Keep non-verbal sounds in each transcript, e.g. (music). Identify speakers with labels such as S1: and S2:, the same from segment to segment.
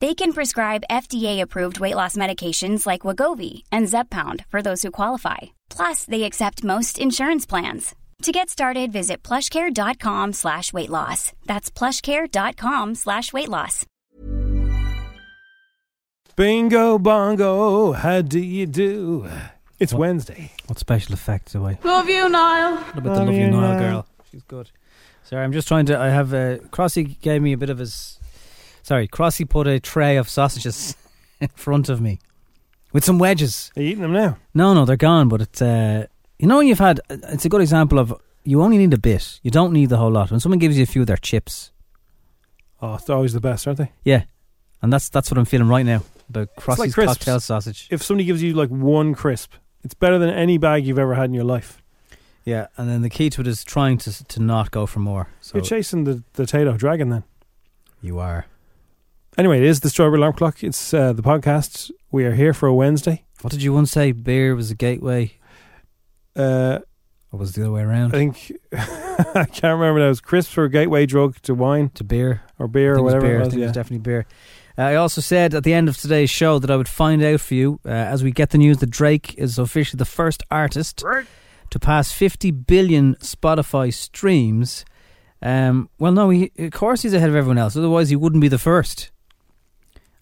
S1: They can prescribe FDA-approved weight loss medications like Wagovi and Zepbound for those who qualify. Plus, they accept most insurance plans. To get started, visit plushcare.com slash weight loss. That's plushcare.com slash weight loss.
S2: Bingo bongo, how do you do? It's Wednesday.
S3: What special effects do I?
S4: Love you, Niall.
S3: What about
S2: Love
S3: the Love
S2: you,
S3: You Nile
S2: Niall.
S3: girl? She's good. Sorry, I'm just trying to. I have a. Crossy gave me a bit of his. Sorry, Crossy put a tray of sausages (laughs) in front of me with some wedges.
S2: Are you eating them now?
S3: No, no, they're gone, but it's. Uh, you know, when you've had. It's a good example of you only need a bit, you don't need the whole lot. When someone gives you a few of their chips,
S2: Oh, they're always the best, aren't they?
S3: yeah. And that's that's what I'm feeling right now about Crossy's
S2: like crisps.
S3: cocktail sausage.
S2: If somebody gives you like one crisp, it's better than any bag you've ever had in your life.
S3: Yeah, and then the key to it is trying to to not go for more. So
S2: You're chasing the, the Tato dragon then.
S3: you are.
S2: Anyway, it is the Strawberry Alarm Clock. It's uh, the podcast. We are here for a Wednesday.
S3: What did you once say? Beer was a gateway,
S2: Uh,
S3: or was it the other way
S2: I
S3: around?
S2: think, (laughs) I can't remember now. It was crisps were a gateway drug to wine
S3: to beer.
S2: or beer or
S3: I think it was
S2: whatever
S3: beer.
S2: it
S3: I
S2: was.
S3: think it
S2: Yeah.
S3: was definitely beer. Uh, I also said at the end of today's show that I would find out for you uh, as we get the news that Drake is officially the first artist to pass 50 billion Spotify streams. Um, well, no, he, of course he's ahead of everyone else. Otherwise, he wouldn't be the first.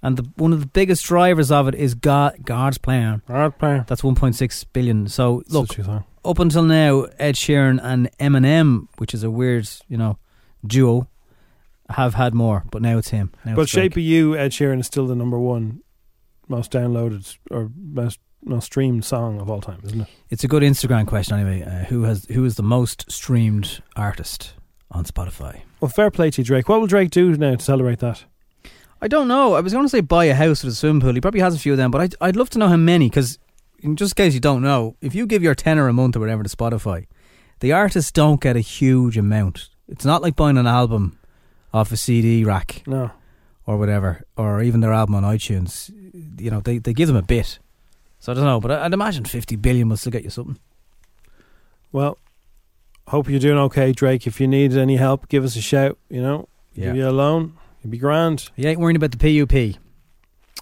S3: And the, one of the biggest drivers of it is God, God's plan.
S2: Hard player.
S3: That's 1.6 billion. So look,
S2: Such a song.
S3: up until now, Ed Sheeran and Eminem, which is a weird, you know, duo, have had more, but now it's him. Now
S2: But
S3: it's Drake.
S2: Shape of You, Ed Sheeran is still the number one most downloaded or most most streamed song of all time, isn't it?
S3: It's a good Instagram question, anyway. Uh, who has who is the most streamed artist on Spotify?
S2: Well, fair play to you, Drake. What will Drake do now to celebrate that?
S3: I don't know. I was going to say buy a house with a swimming pool. He probably has a few of them, but I'd, I'd love to know how many. Because in just case you don't know, if you give your tenner a month or whatever to Spotify, the artists don't get a huge amount. It's not like buying an album off a CD rack.
S2: No.
S3: or whatever, or even their album on iTunes, you know, they, they give them a bit. So I don't know, but I- I'd imagine 50 billion will still get you something.
S2: Well, hope you're doing okay, Drake. If you need any help, give us a shout. You know, give
S3: yeah.
S2: you a loan. You'd be grand.
S3: He ain't worrying about the PUP.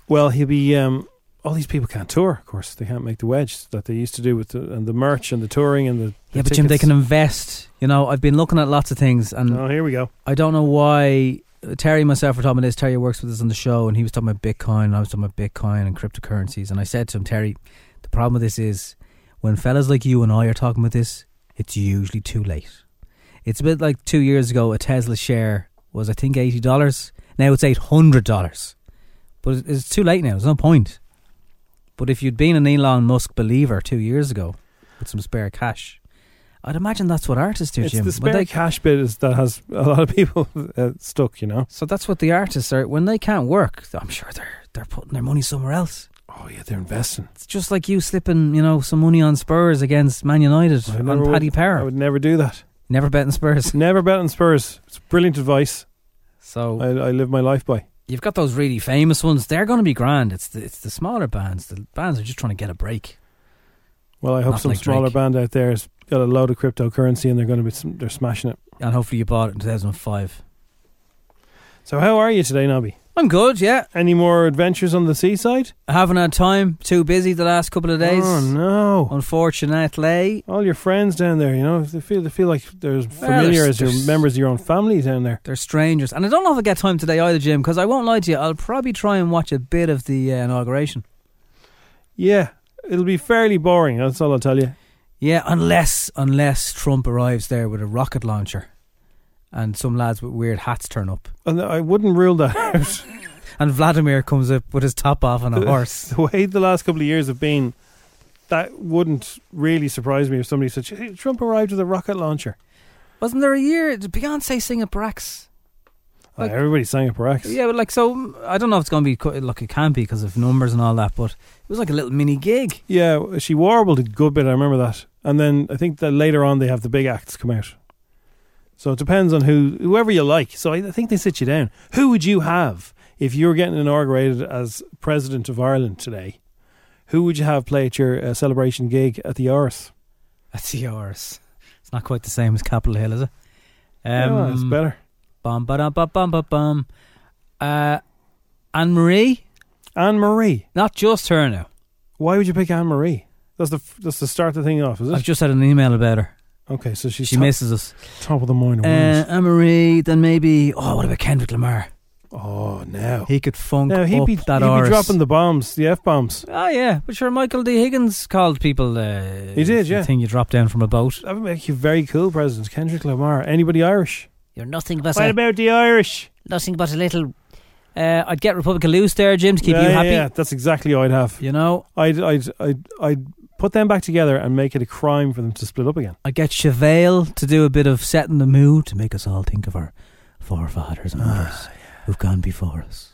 S2: Well, he'll be. Um, all these people can't tour, of course. They can't make the wedge that they used to do with the, and the merch and the touring and the. the
S3: Yeah, but Jim, they
S2: tickets.
S3: can invest. You know, I've been looking at lots of things, and
S2: Oh, here we go.
S3: I don't know why. uh, Terry and myself were talking about this. Terry works with us on the show, and he was talking about Bitcoin, and I was talking about Bitcoin and cryptocurrencies. And I said to him, Terry, the problem with this is when fellas like you and I are talking about this, it's usually too late. It's a bit like two years ago, a Tesla share was, I think, $80. Now it's $800. But it- it's too late now. There's no point. But if you'd been an Elon Musk believer two years ago with some spare cash, I'd imagine that's what artists do,
S2: It's
S3: Jim.
S2: the
S3: When
S2: spare
S3: they-
S2: cash bit is, that has a lot of people (laughs) uh, stuck. You know.
S3: so that's what the artists are when they can't work. I'm sure they're they're putting their money somewhere else.
S2: Oh yeah, they're investing.
S3: It's just like you slipping, you know, some money on Spurs against Man United
S2: I
S3: on
S2: never would-
S3: Paddy Power.
S2: I would never do that.
S3: Never bet on
S2: (laughs)
S3: Spurs.
S2: Never bet on Spurs. It's brilliant advice.
S3: So
S2: I, I live my life by.
S3: you've got those really famous ones. They're going to be grand. It's the it's the smaller bands. The bands are just trying to get a break.
S2: Well, I hope
S3: Not
S2: some
S3: like
S2: smaller
S3: Drake.
S2: band out there has got a load of cryptocurrency and they're going to be sm- they're smashing it.
S3: And hopefully you bought it in 2005.
S2: So, how are you today, Nobby?
S3: I'm good. Yeah,
S2: Any more adventures on the seaside?
S3: I haven't had time. Too busy the last couple of days.
S2: Oh no!
S3: Unfortunately,
S2: All your friends down there, you know, they feel they feel like they're as familiar
S3: there's-
S2: as your
S3: there's-
S2: members of your own family down there.
S3: They're strangers, and I don't know if I get time today either, Jim. Because I won't lie to you, I'll probably try and watch a bit of the uh, inauguration.
S2: Yeah, it'll be fairly boring. That's all I'll tell you.
S3: Yeah, unless unless Trump arrives there with a rocket launcher and some lads with weird hats turn up.
S2: And I wouldn't rule that out.
S3: (laughs) And Vladimir comes up with his top
S2: (laughs)
S3: off on a horse.
S2: the way the last couple of years have been, that wouldn't really surprise me if somebody said, "Hey, Trump arrived with a rocket launcher.
S3: Wasn't there a year did Beyonce sing at Brax? Like-
S2: Like, everybody sang at Brax.
S3: Yeah, but like so, mm, I don't know if it's going to be. co- Look, it can be because of numbers and all that, but it was like a little mini gig.
S2: Yeah, she warbled a good bit. I remember that. And then I think that later on they have the big acts come out. So it depends on who, whoever you like. So I I think they sit you down. Who would you have if you were getting inaugurated as president of Ireland today? Who would you have play at your uh, celebration gig at the Ars?
S3: That's yours. It's not quite the same as Capitol Hill, is it? Um,
S2: yeah, it's better.
S3: Bum, ba-dum, bum, bum, bum, bum. Uh, Anne Marie,
S2: Anne Marie.
S3: not just her now.
S2: Why would you pick Anne Marie? That's the f- that's the start the thing off, is
S3: I've
S2: it?
S3: just had an email about her.
S2: Okay, so she's
S3: she
S2: top,
S3: misses us.
S2: top of the mind.
S3: Uh, Anne Marie, then maybe. Oh, what about Kendrick Lamar?
S2: oh no,
S3: He could funk
S2: no,
S3: up
S2: he'd be,
S3: that
S2: he'd
S3: arse.
S2: be dropping the bombs, the f bombs.
S3: Oh yeah, but sure, Michael D. Higgins called people. Uh,
S2: He did,
S3: the
S2: yeah.
S3: Thing you drop down from a boat.
S2: That would make you very cool, President Kendrick Lamar. Anybody Irish?
S3: You're nothing but
S2: what
S3: a,
S2: about the Irish?
S3: nothing but a little. Uh, I'd get Republican loose there, Jim, to keep
S2: Yeah,
S3: you
S2: yeah,
S3: happy.
S2: Yeah, that's exactly what I'd have.
S3: You know,
S2: I'd, I'd, I'd, I'd put them back together and make it a crime for them to split up again.
S3: I get Chevelle to do a bit of setting the mood to make us all think of our forefathers
S2: Ah,
S3: and mothers who've gone before us.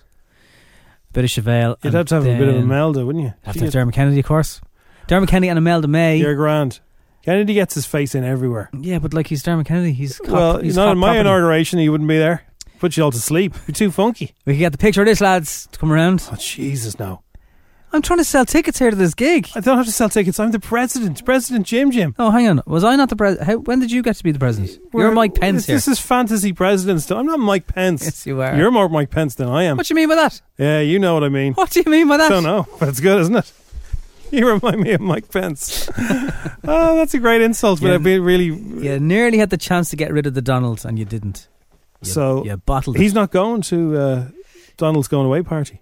S3: A bit of Chevelle.
S2: You'd
S3: and
S2: have to have a bit of
S3: then
S2: Imelda, wouldn't you?
S3: Have
S2: She
S3: to have
S2: gets-
S3: Dermot Kennedy, of course. Dermot Kennedy and Imelda May.
S2: You're grand. Kennedy gets his face in everywhere.
S3: yeah, but like he's Dermot Kennedy. He's cop,
S2: well,
S3: he's
S2: not
S3: cop
S2: in my
S3: property.
S2: inauguration. He wouldn't be there. Put you all to sleep. You're too funky.
S3: We can get the picture of this, lads, to come around.
S2: Oh Jesus, no!
S3: I'm trying to sell tickets here to this gig.
S2: I don't have to sell tickets. I'm the president. President Jim Jim.
S3: Oh, hang on. Was I not the president? When did you get to be the president? You're
S2: We're-
S3: Mike Pence
S2: this,
S3: here.
S2: This is fantasy president stuff. I'm not Mike Pence.
S3: Yes, you are.
S2: You're more Mike Pence than I am.
S3: What do you mean by that?
S2: Yeah, you know what I mean.
S3: What do you mean by that?
S2: don't know, but it's good, isn't it? You remind me of Mike Pence. (laughs) oh, that's a great insult, but
S3: Yeah.
S2: I'd be really.
S3: You nearly had the chance to get rid of the Donald and you didn't. You,
S2: So,
S3: you bottled it.
S2: He's not going to uh, Donald's going away party.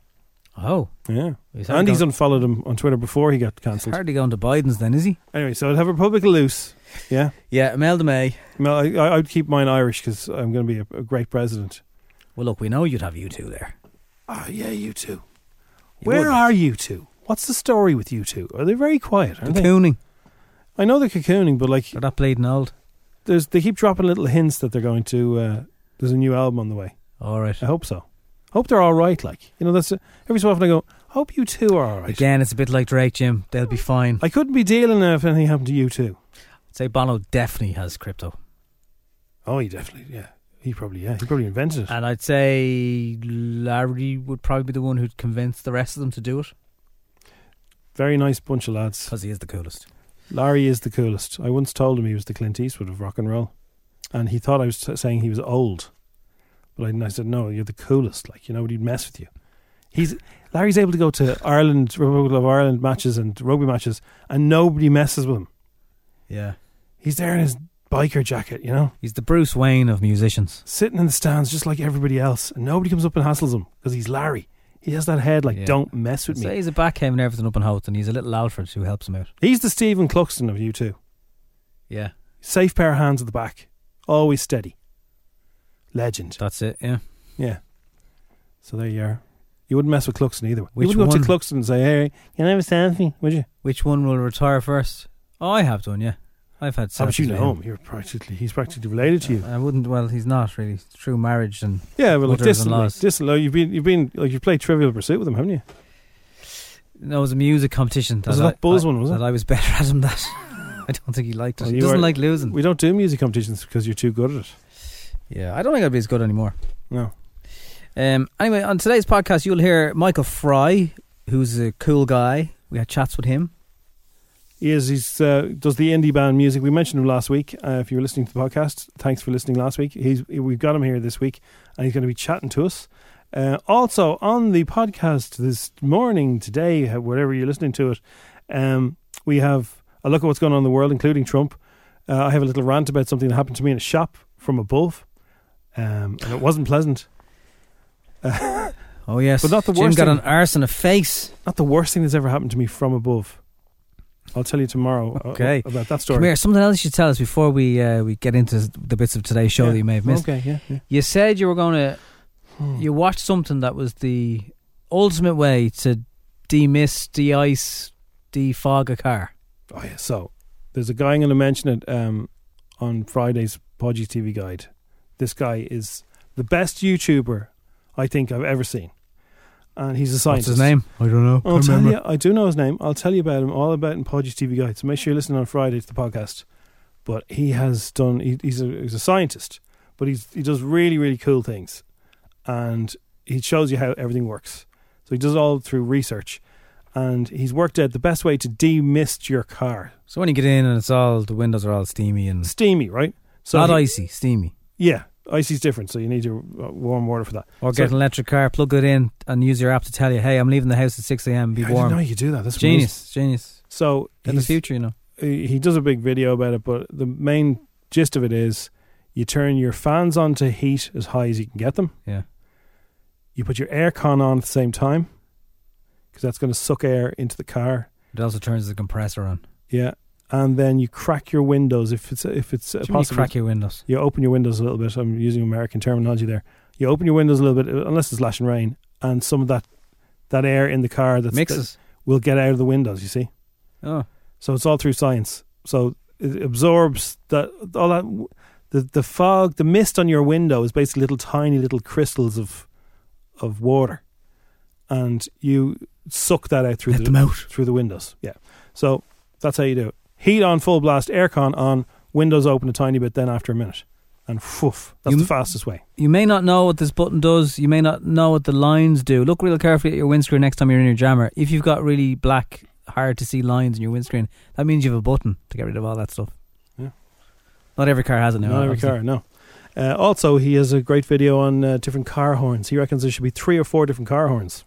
S3: Oh,
S2: Yeah,
S3: he's hardly
S2: and he's
S3: going-
S2: unfollowed him on Twitter before he got cancelled.
S3: hardly going to Biden's then, is he?
S2: Anyway, so I'd have Republic loose. Yeah,
S3: Yeah, Imelda May.
S2: no, I, I- I'd keep mine Irish because I'm going to be a, a great president.
S3: Well, look, we know you'd have you two there.
S2: Oh yeah, you two.
S3: You
S2: Where
S3: would.
S2: are you two? What's the story with you two? Are they very quiet? Aren't they?
S3: Cooning.
S2: I know they're cocooning, but like
S3: They're not bleeding old.
S2: there's they keep dropping little hints that they're going to uh, there's a new album on the way.
S3: All right.
S2: I hope so. I hope they're all right. Like you know, that's every so often I go. I hope you two are all right.
S3: Again, it's a bit like Drake, Jim. They'll be fine.
S2: I couldn't be dealing if anything happened to you two.
S3: I'd say Bono definitely has crypto.
S2: Oh, he definitely, yeah, he probably, yeah, he probably invented it.
S3: And I'd say Larry would probably be the one who'd convince the rest of them to do it
S2: Very nice bunch of lads.
S3: because he is the coolest.
S2: Larry is the coolest. I once told him he was the Clint Eastwood of rock and roll, and he thought I was t- saying he was old, but I, and I said no, you're the coolest. Like you know, he'd mess with you. He's Larry's able to go to Ireland, Republic of Ireland matches and rugby matches, and nobody messes with him.
S3: Yeah.
S2: He's there in his biker jacket, you know,
S3: He's the Bruce Wayne of musicians.
S2: sitting in the stands just like everybody else, and nobody comes up and hassles him because he's Larry. He has that head like,
S3: Yeah.
S2: don't mess with
S3: I'd say
S2: me.
S3: he's a backhand and everything up and out, and he's a little Alfred who helps him out.
S2: He's the Stephen Cluxton of you two.
S3: Yeah.
S2: Safe pair of hands at the back, always steady. Legend.
S3: That's it, yeah.
S2: Yeah. So there you are. You wouldn't mess with Cluxton either.
S3: Which
S2: you wouldn't go
S3: one?
S2: to Cluxton and say, "Hey, can I have a selfie?" Would you?
S3: Which one will retire first? Oh, I have done, yeah. I've had
S2: How
S3: selfies
S2: about you
S3: with
S2: know him? You're practically he's practically related to you.
S3: I wouldn't. Well, he's not really through marriage, and
S2: Yeah, but like
S3: Brothers and
S2: distantly,
S3: laws.
S2: distantly. You've been you've been like you've played Trivial Pursuit with him, haven't you?
S3: no, it was a music competition.
S2: Was it
S3: I-
S2: that Bulls
S3: I-
S2: one, was it?
S3: That I was better at him. That (laughs) I don't think he liked it.
S2: Well,
S3: he
S2: you
S3: doesn't
S2: are-
S3: like losing.
S2: We don't do music competitions because you're too good at it.
S3: yeah, I don't think I'd be as good anymore.
S2: No.
S3: Um. Anyway, on today's podcast, you'll hear Michael Fry, who's a cool guy. We had chats with him.
S2: He is. He's uh, does the indie band music. We mentioned him last week. Uh, if you were listening to the podcast, thanks for listening last week. He's we've got him here this week, and he's going to be chatting to us. Uh, also on the podcast this morning, today, uh, wherever you're listening to it, um, we have a look at what's going on in the world, including Trump. Uh, I have a little rant about something that happened to me in a shop from above, um, and it wasn't pleasant.
S3: Oh yes,
S2: But not the
S3: Jim
S2: worst
S3: Oh, got
S2: thing-
S3: an arse and a face.
S2: Not the worst thing that's ever happened to me from above. I'll tell you tomorrow uh,
S3: Okay.
S2: about that story.
S3: Come here, something else you should tell us before we uh, we get into the bits of today's show
S2: Yeah.
S3: that you may have missed.
S2: Okay, yeah. yeah.
S3: You said you were going to
S2: Hmm.
S3: you watched something that was the ultimate way to demist, de-ice, defog a car.
S2: Oh yeah. So there's a guy I'm going to mention it um, on Friday's Podgy TV guide. This guy is the best YouTuber I think I've ever seen, and he's a
S3: What's
S2: scientist. Oh,
S3: his name? I don't know.
S2: I'll tell you. I do know his name. I'll tell you about him. All about in Podgy TV guide. So make sure you listen on Friday to the podcast. But he has done. He, he's a he's a scientist, but he's he does really really cool things, and he shows you how everything works. So he does it all through research, and he's worked out the best way to demist your car.
S3: So when you get in and it's all the windows are all steamy and
S2: steamy, right? So
S3: not
S2: he-
S3: icy, steamy.
S2: Yeah, icy's different, so you need your uh, warm water for that.
S3: Or
S2: So-
S3: get an electric car, plug it in, and use your app to tell you, "Hey, I'm leaving the house at six a.m. Be
S2: I
S3: warm."
S2: didn't know you could do that. That's amazing.
S3: Genius, genius.
S2: So
S3: In the
S2: he's-
S3: future, you know.
S2: he he does a big video about it, but the main gist of it is you turn your fans on to heat as high as you can get them.
S3: Yeah.
S2: You put your air con on at the same time because that's going to suck air into the car.
S3: It also turns the compressor on.
S2: Yeah, and then you crack your windows if it's if it's uh,
S3: Too many
S2: possible.
S3: crack your windows.
S2: you open your windows a little bit. I'm using American terminology there. You open your windows a little bit, uh, unless it's lashing rain, and some of that that air in the car that's
S3: Mixes.
S2: that will get out of the windows. You see,
S3: Oh,
S2: so it's all through science. So it absorbs that all that the the fog, the mist on your window is basically little tiny little crystals of of water, and you suck that out through
S3: let
S2: the
S3: them out.
S2: through the windows. Yeah. So that's how you do it. Heat on full blast, aircon on, windows open a tiny bit, then after a minute. And woof, that's
S3: You-
S2: the fastest way.
S3: You may not know what this button does. You may not know what the lines do. Look real carefully at your windscreen next time you're in your jammer. If you've got really black, hard to see lines in your windscreen, that means you have a button to get rid of all that stuff.
S2: Yeah.
S3: Not every car has it now.
S2: Not every
S3: obviously.
S2: car, no. Uh, also, he has a great video on uh, different car horns. He reckons there should be three or four different car horns.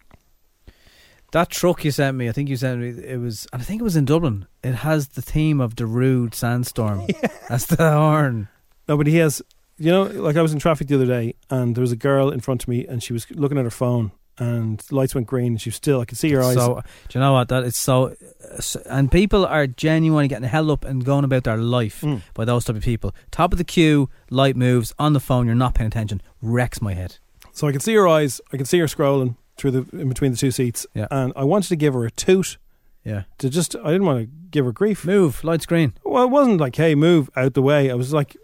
S3: That truck you sent me, I think you sent me. It was, and I think it was in Dublin. It has the theme of the rude sandstorm. That's (laughs) the horn.
S2: No, but he has, you know, like I was in traffic the other day and there was a girl in front of me and she was looking at her phone and lights went green and she was still, I could see her eyes.
S3: So, do you know what? That it's so, so- and people are genuinely getting held up and going about their life
S2: Mm.
S3: by those type of people. Top of the queue, light moves on the phone. You're not paying attention. Wrecks my head.
S2: So I could see her eyes, I could see her scrolling through the, in between the two seats.
S3: Yeah.
S2: And I wanted to give her a toot
S3: Yeah,
S2: to just, I didn't want to give her grief.
S3: move, light screen.
S2: Well, it wasn't like, hey, move out the way. I was like,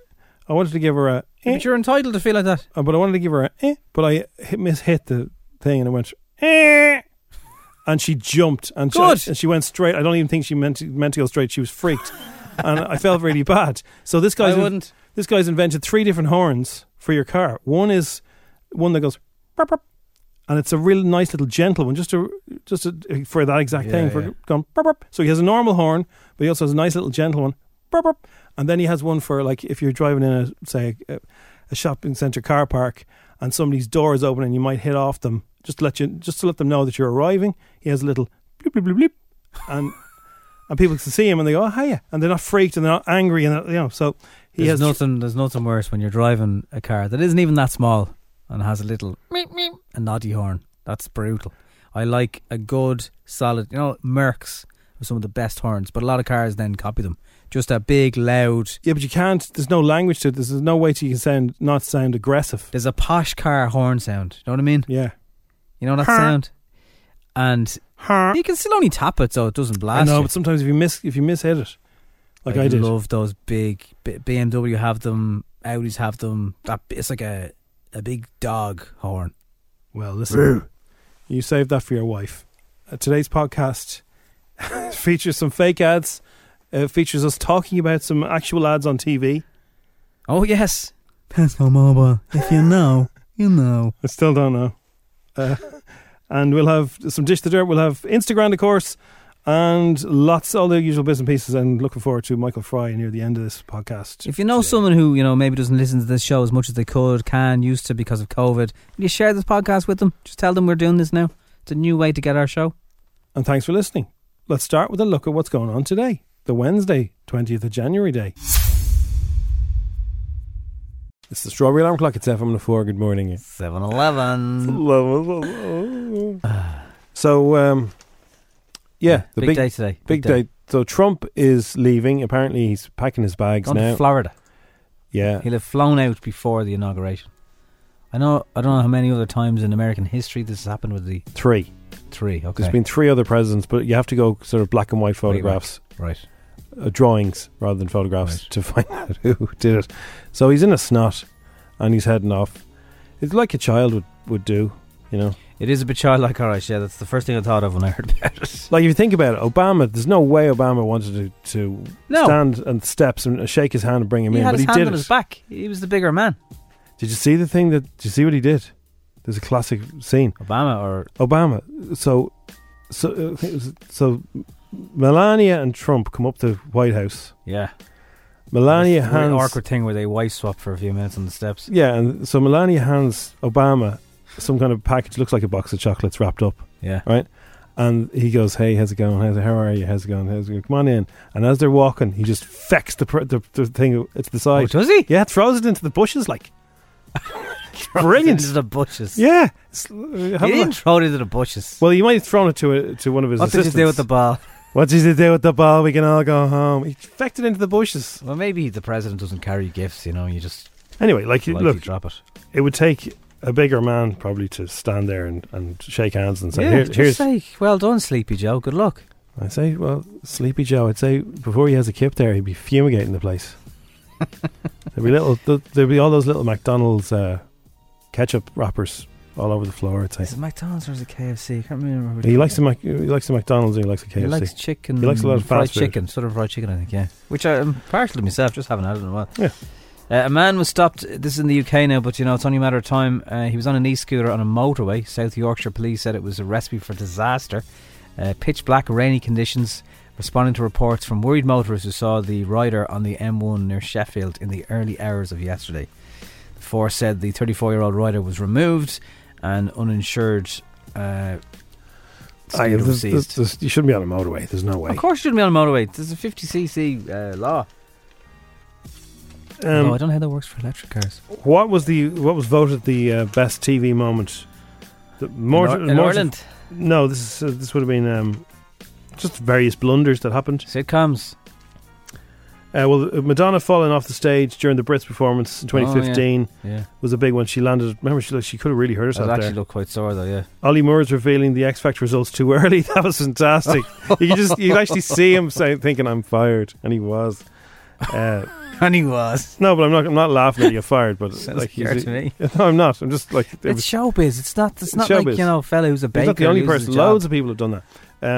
S2: I wanted to give her a, eh,
S3: But you're entitled to feel like that.
S2: uh, but I wanted to give her a, eh, but I hit, mishit the thing and it went, eh, and she jumped and
S3: Good.
S2: She, and she went straight. I don't even think she meant to, meant to go straight. She was freaked, (laughs) and I felt really bad. So this
S3: I
S2: guy's in-
S3: wouldn't.
S2: this guy's invented three different horns for your car. One is one that goes, "Burp, burp," and it's a real nice little gentle one, just to just to, for that exact
S3: Yeah,
S2: thing for
S3: yeah.
S2: going. "Burp, burp." So he has a normal horn, but he also has a nice little gentle one, "Burp, burp." and then he has one for like if you're driving in a say a, a shopping center car park and somebody's door is open and you might hit off them just to let you just to let them know that you're arriving. He has a little bloop bloop bloop bloop, and. And people can see him and they go, oh, hiya. And they're not freaked and they're not angry. And, you know, so he
S3: There's
S2: has
S3: nothing. There's nothing worse when you're driving a car that isn't even that small and has a little a noddy horn. That's brutal. I like a good solid. You know, Mercs are some of the best horns, but a lot of cars then copy them. Just a big loud.
S2: Yeah, but you can't. There's no language to it. There's no way to you can sound not sound aggressive.
S3: There's a posh car horn sound. You know what I mean?
S2: Yeah.
S3: You know that
S2: Huh.
S3: sound. And
S2: Huh.
S3: you can still only tap it so it doesn't
S2: I
S3: blast.
S2: know,
S3: you.
S2: but sometimes if you miss if you miss hit it, like I, did.
S3: love those big B- BMW have them. Audis have them. That it's like a a big dog horn.
S2: Well, listen, you saved that for your wife. Uh, today's podcast (laughs) features some fake ads. Uh, features us talking about some actual ads on TV.
S3: Oh yes, Tesco Mobile. If you know, you know.
S2: I still don't know. Uh, and we'll have some dish the dirt. We'll have Instagram, of course, and lots all the usual bits and pieces. And looking forward to Michael Fry near the end of this podcast.
S3: If you know someone who you know maybe doesn't listen to this show as much as they could, can used to because of COVID, will you share this podcast with them? Just tell them we're doing this now. It's a new way to get our show.
S2: and thanks for listening. Let's start with a look at what's going on today, the Wednesday, 20th of January day. It's the Strawberry Alarm Clock. It's FM and 4. oh Good morning.
S3: Seven Eleven.
S2: So, um, yeah, the big,
S3: big,
S2: big,
S3: day today.
S2: day. So Trump is leaving. Apparently, he's packing his bags
S3: Gone
S2: now.
S3: to Florida.
S2: yeah,
S3: He'll have flown out before the inauguration. I know. I don't know how many other times in American history this has happened with the
S2: three.
S3: three. Okay,
S2: There's been three other presidents, but you have to go sort of black and white photographs,
S3: right.
S2: uh, drawings rather than photographs
S3: Right.
S2: to find (laughs) out who did it. So he's in a snot, and he's heading off. It's like a child would would do, you know.
S3: It is a bit childlike, alright. Yeah, that's the first thing I thought of when I heard about it.
S2: Like if you think about it, Obama. There's no way Obama wanted to, to
S3: No.
S2: stand and steps and shake his hand and bring him
S3: he
S2: in,
S3: had
S2: but he
S3: his hand
S2: did
S3: on
S2: it.
S3: his back. He was the bigger man.
S2: Did you see the thing that? Did you see what he did? There's a classic scene.
S3: Obama or
S2: Obama. So, so, uh, so Melania and Trump come up to White House.
S3: yeah.
S2: Melania
S3: It's a very
S2: hands.
S3: awkward thing where they wife swap for a few minutes on the steps.
S2: Yeah, and so Melania hands Obama some kind of package. Looks like a box of chocolates wrapped up,
S3: Yeah.
S2: right? And he goes, "Hey, how's it going? How's it, how are you? How's it going? How's it going? Come on in." And as they're walking, he just fecks the pr- the, the thing. It's the
S3: Oh,
S2: side.
S3: does he?
S2: yeah, throws it into the bushes
S3: (laughs)
S2: like.
S3: Into
S2: Brilliant.
S3: the bushes.
S2: Yeah. It's- uh, have
S3: He
S2: a
S3: didn't
S2: look.
S3: throw it into the bushes.
S2: Well, you might have thrown it to a, to one of his
S3: what did he
S2: assistants.
S3: do with the ball?
S2: what did you do with the ball? We can all go home. He fecked it into the bushes.
S3: Well, maybe the president doesn't carry gifts. You know, you just
S2: Anyway, like
S3: lightly
S2: look,
S3: drop it.
S2: it would take a bigger man probably to stand there and, and shake hands and say,
S3: yeah.
S2: Here,
S3: just
S2: "Here's."
S3: say, well done, Sleepy Joe. Good luck.
S2: I say, "Well, Sleepy Joe." I'd say before he has a kip there, he'd be fumigating the
S3: (laughs)
S2: place. there'd be little, th- there'd be all those little McDonald's uh, ketchup wrappers all over the floor. I'd say
S3: Is it McDonald's or is it KFC? I can't remember. which
S2: he
S3: one.
S2: likes the Mac- he likes the McDonald's. and He likes the KFC.
S3: He likes chicken.
S2: He likes a lot of
S3: fried
S2: fast food.
S3: chicken, sort of fried chicken, I think. Yeah, which I- I'm partial to myself. Just haven't had it in a while.
S2: Yeah.
S3: Uh, a man was stopped. This is in the UK now, but you know it's only a matter of time. Uh, he was on an e-scooter on a motorway. South Yorkshire police said it was a recipe for disaster. Uh, pitch black, rainy conditions. Responding to reports from worried motorists who saw the rider on the M1 near Sheffield in the early hours of yesterday. The force said the 34-year-old rider was removed and uninsured.
S2: Aye,
S3: Uh, scooter was
S2: there's-
S3: seized.
S2: there's- there's- you shouldn't be on a motorway. There's no way.
S3: Of course, you shouldn't be on a motorway. There's a 50cc uh, law.
S2: Um,
S3: no, I don't know how that works for electric cars.
S2: What was the what was voted the uh, best TV moment? The Morton,
S3: in, Or- in
S2: Morton-
S3: Ireland,
S2: No, this is uh, this would have been um, just various blunders that happened.
S3: sitcoms.
S2: Uh, well, Madonna falling off the stage during the Brits performance in
S3: Oh, yeah.
S2: 2015
S3: Yeah,
S2: was a big one. She landed. Remember, she she could have really hurt
S3: that
S2: herself
S3: actually
S2: there.
S3: looked quite sore though. Yeah,
S2: Ollie Moore's revealing the X Factor results too early. (laughs) That was fantastic. you could just you could actually see him say, thinking, "I'm fired," and he was. Uh,
S3: (laughs) and he was.
S2: no, but I'm not. I'm not laughing at you fired, but
S3: Sounds
S2: like
S3: like
S2: he's-
S3: to me.
S2: (laughs) no, I'm not. I'm just like it
S3: It's
S2: was
S3: showbiz. It's not. It's
S2: It's
S3: not like
S2: showbiz.
S3: you know, a fella who's a baker.
S2: He's not the only
S3: loses his
S2: person.
S3: job.
S2: Loads of people have done that.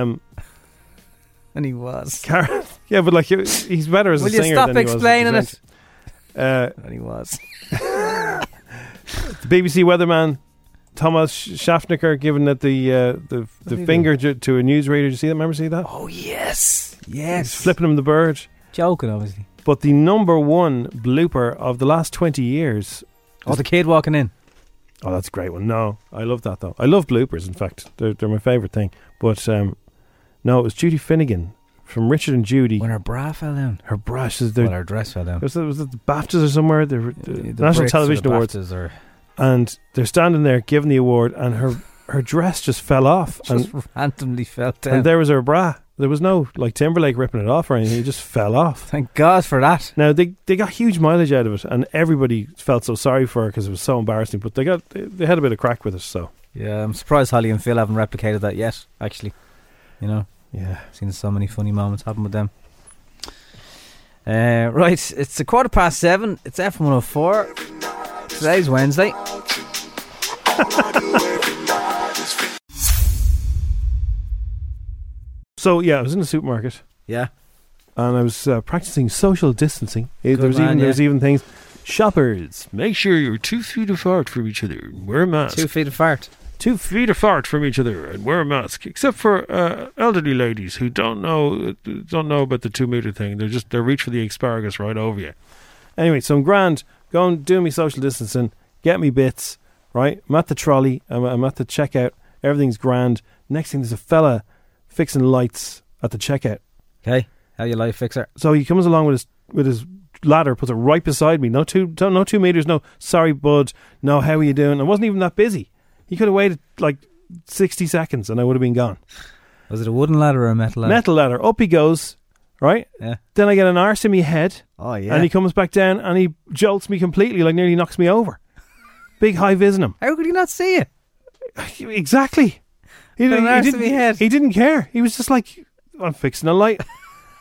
S2: Um,
S3: and he was.
S2: Karen, (laughs) yeah, but like he- he's better as
S3: Will
S2: a
S3: you
S2: singer.
S3: stop
S2: than he was as a
S3: explaining it?
S2: presenter. Uh,
S3: And
S2: (laughs)
S3: he was.
S2: the BBC weatherman Thomas Schaffnicker giving it the uh, the,
S3: did
S2: the
S3: he
S2: finger to, to a newsreader. Did you see that? Remember see that?
S3: Oh yes,
S2: He's
S3: yes.
S2: flipping him the bird.
S3: Joking, obviously.
S2: But the number one blooper of the last twenty years.
S3: Oh, the kid walking in.
S2: Oh, that's a great one. No, I love that though. I love bloopers. In fact, they're, they're my favorite thing. But um, no, it was Judy Finnegan from Richard and Judy.
S3: When her bra fell down.
S2: Her brushes.
S3: When
S2: They're
S3: her dress fell down.
S2: was it, was it the BAFTAs or somewhere? The, the,
S3: The Brits or
S2: National
S3: the
S2: Television Awards,
S3: BAFTAs Or
S2: and they're standing there giving the award, and her her dress just fell off,
S3: (laughs) just
S2: and,
S3: randomly fell down.
S2: and there was her bra. There was no like Timberlake ripping it off or anything; it just fell off.
S3: Thank God for that.
S2: Now they they got huge mileage out of it, and everybody felt so sorry for her because it was so embarrassing. But they got they, they had a bit of crack with it, so
S3: Yeah, I'm surprised Holly and Phil haven't replicated that yet, actually. You know,
S2: yeah.
S3: I've seen so many funny moments happen with them. Uh, right, it's a quarter past seven. It's F104. Today's Wednesday. (laughs)
S2: So yeah, I was in the supermarket
S3: Yeah.
S2: and I was uh, practicing social distancing. Eh,
S3: Good
S2: there was
S3: man,
S2: even
S3: yeah.
S2: there was even things. Shoppers, make sure you're two feet apart from each other. and Wear a mask.
S3: Two feet apart.
S2: two feet apart from each other and wear a mask, except for uh, elderly ladies who don't know don't know about the two meter thing. They're just they reach for the asparagus right over you. Anyway, so I'm grand. Go and do me social distancing. Get me bits. Right, I'm at the trolley. I'm, I'm at the checkout. Everything's grand. Next thing, there's a fella fixing lights at the checkout.
S3: Okay. How you life fixer?
S2: So he comes along with his with his ladder, puts it right beside me. No two, no two meters. No, sorry, bud. No, how are you doing? I wasn't even that busy. He could have waited like sixty seconds, and I would have been gone.
S3: Was it a wooden ladder or a metal ladder?
S2: Metal ladder. Up he goes. right?
S3: Yeah.
S2: Then I get an arse in my head,
S4: Oh yeah.
S2: and he comes back down and he jolts me completely, like nearly knocks me over. Big high vis in him.
S3: How could you not see it?
S2: Exactly. He,
S3: Put an arse in
S2: didn't,
S3: me head.
S2: he didn't care. He was just like, I'm fixing a light. (laughs)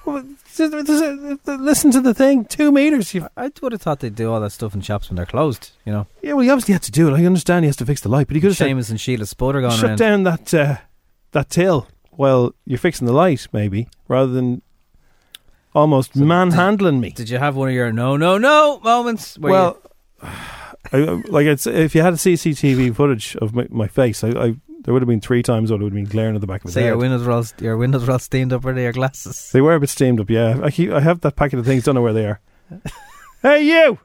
S2: Well, there's a- there's a- Listen to the thing. Two meters. You,
S3: I would have thought they'd do all that stuff in shops when they're closed. You know,
S2: yeah, well, he obviously had to do it. I understand he has to fix the light, but he could have said,
S3: Seamus and Sheila Sputter going
S2: shut
S3: around.
S2: down that uh, that till while you're fixing the light, maybe, rather than almost manhandling me.
S3: Did you have one of your no, no, no moments? Where
S2: well, (sighs) I, I- like it's, if you had a CCTV footage of my, my face, I, I there would have been three times what it would have been glaring at the back
S3: you
S2: of
S3: say
S2: my
S3: your
S2: head.
S3: windows were all your windows were all steamed up under your glasses?
S2: They were a bit steamed up, yeah. I keep, I have that packet of things, don't know where
S3: (laughs)
S2: they are. hey, you!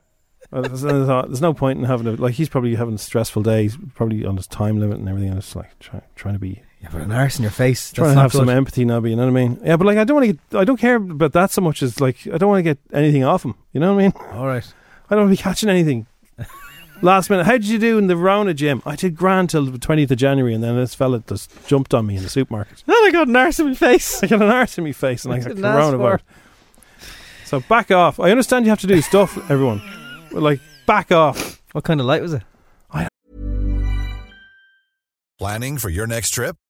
S2: Well, there's, there's no- there's no point in having a like. He's probably having a stressful day. He's probably on his time limit and everything. And it's like try, trying to be,
S3: Yeah, but an arse in your face.
S2: trying to
S3: that's not
S2: have
S3: good.
S2: some empathy, Nobby. You know what I mean? Yeah, but like I don't want to. get I don't care about that so much as like I don't want to get anything off him. You know what I mean?
S3: All right.
S2: I don't want to be catching
S3: (laughs)
S2: anything. Last minute, how did you do in the Rona gym? I did grand till the 20th of January, and then this fella just jumped on me in the
S3: (laughs)
S2: supermarket.
S3: Then I got an arse in my face.
S2: I got an arse in my face, and I got
S3: Didn't ask
S2: coronavirus. So back off. I understand you have to do stuff, everyone. But like, back off.
S3: What kind of light was it?
S5: Planning for your next trip?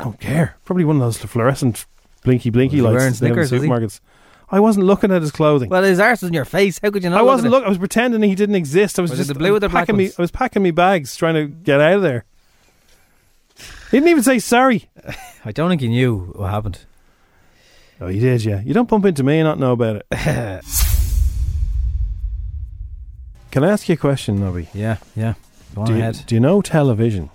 S2: I don't care. Probably one of those fluorescent blinky blinky
S3: Was he
S2: lights
S3: wearing
S2: they have in
S3: Snickers, was he?
S2: supermarkets. I wasn't looking at his clothing.
S3: Well, his arse was in your face. How could you not?
S2: I wasn't
S3: look.
S2: looking. I was pretending he didn't exist. I was,
S3: Was it
S2: just
S3: the blue or the black
S2: packing me.
S3: ones?
S2: I was packing me bags, trying to get out of there. He didn't even say sorry.
S3: at it? I don't think he knew what happened.
S2: Oh, you did, yeah. You don't bump into me and not know about it. (laughs) Can I ask you a question, Nobby?
S3: Yeah, yeah. Go on
S2: Do you,
S3: ahead.
S2: do you know television?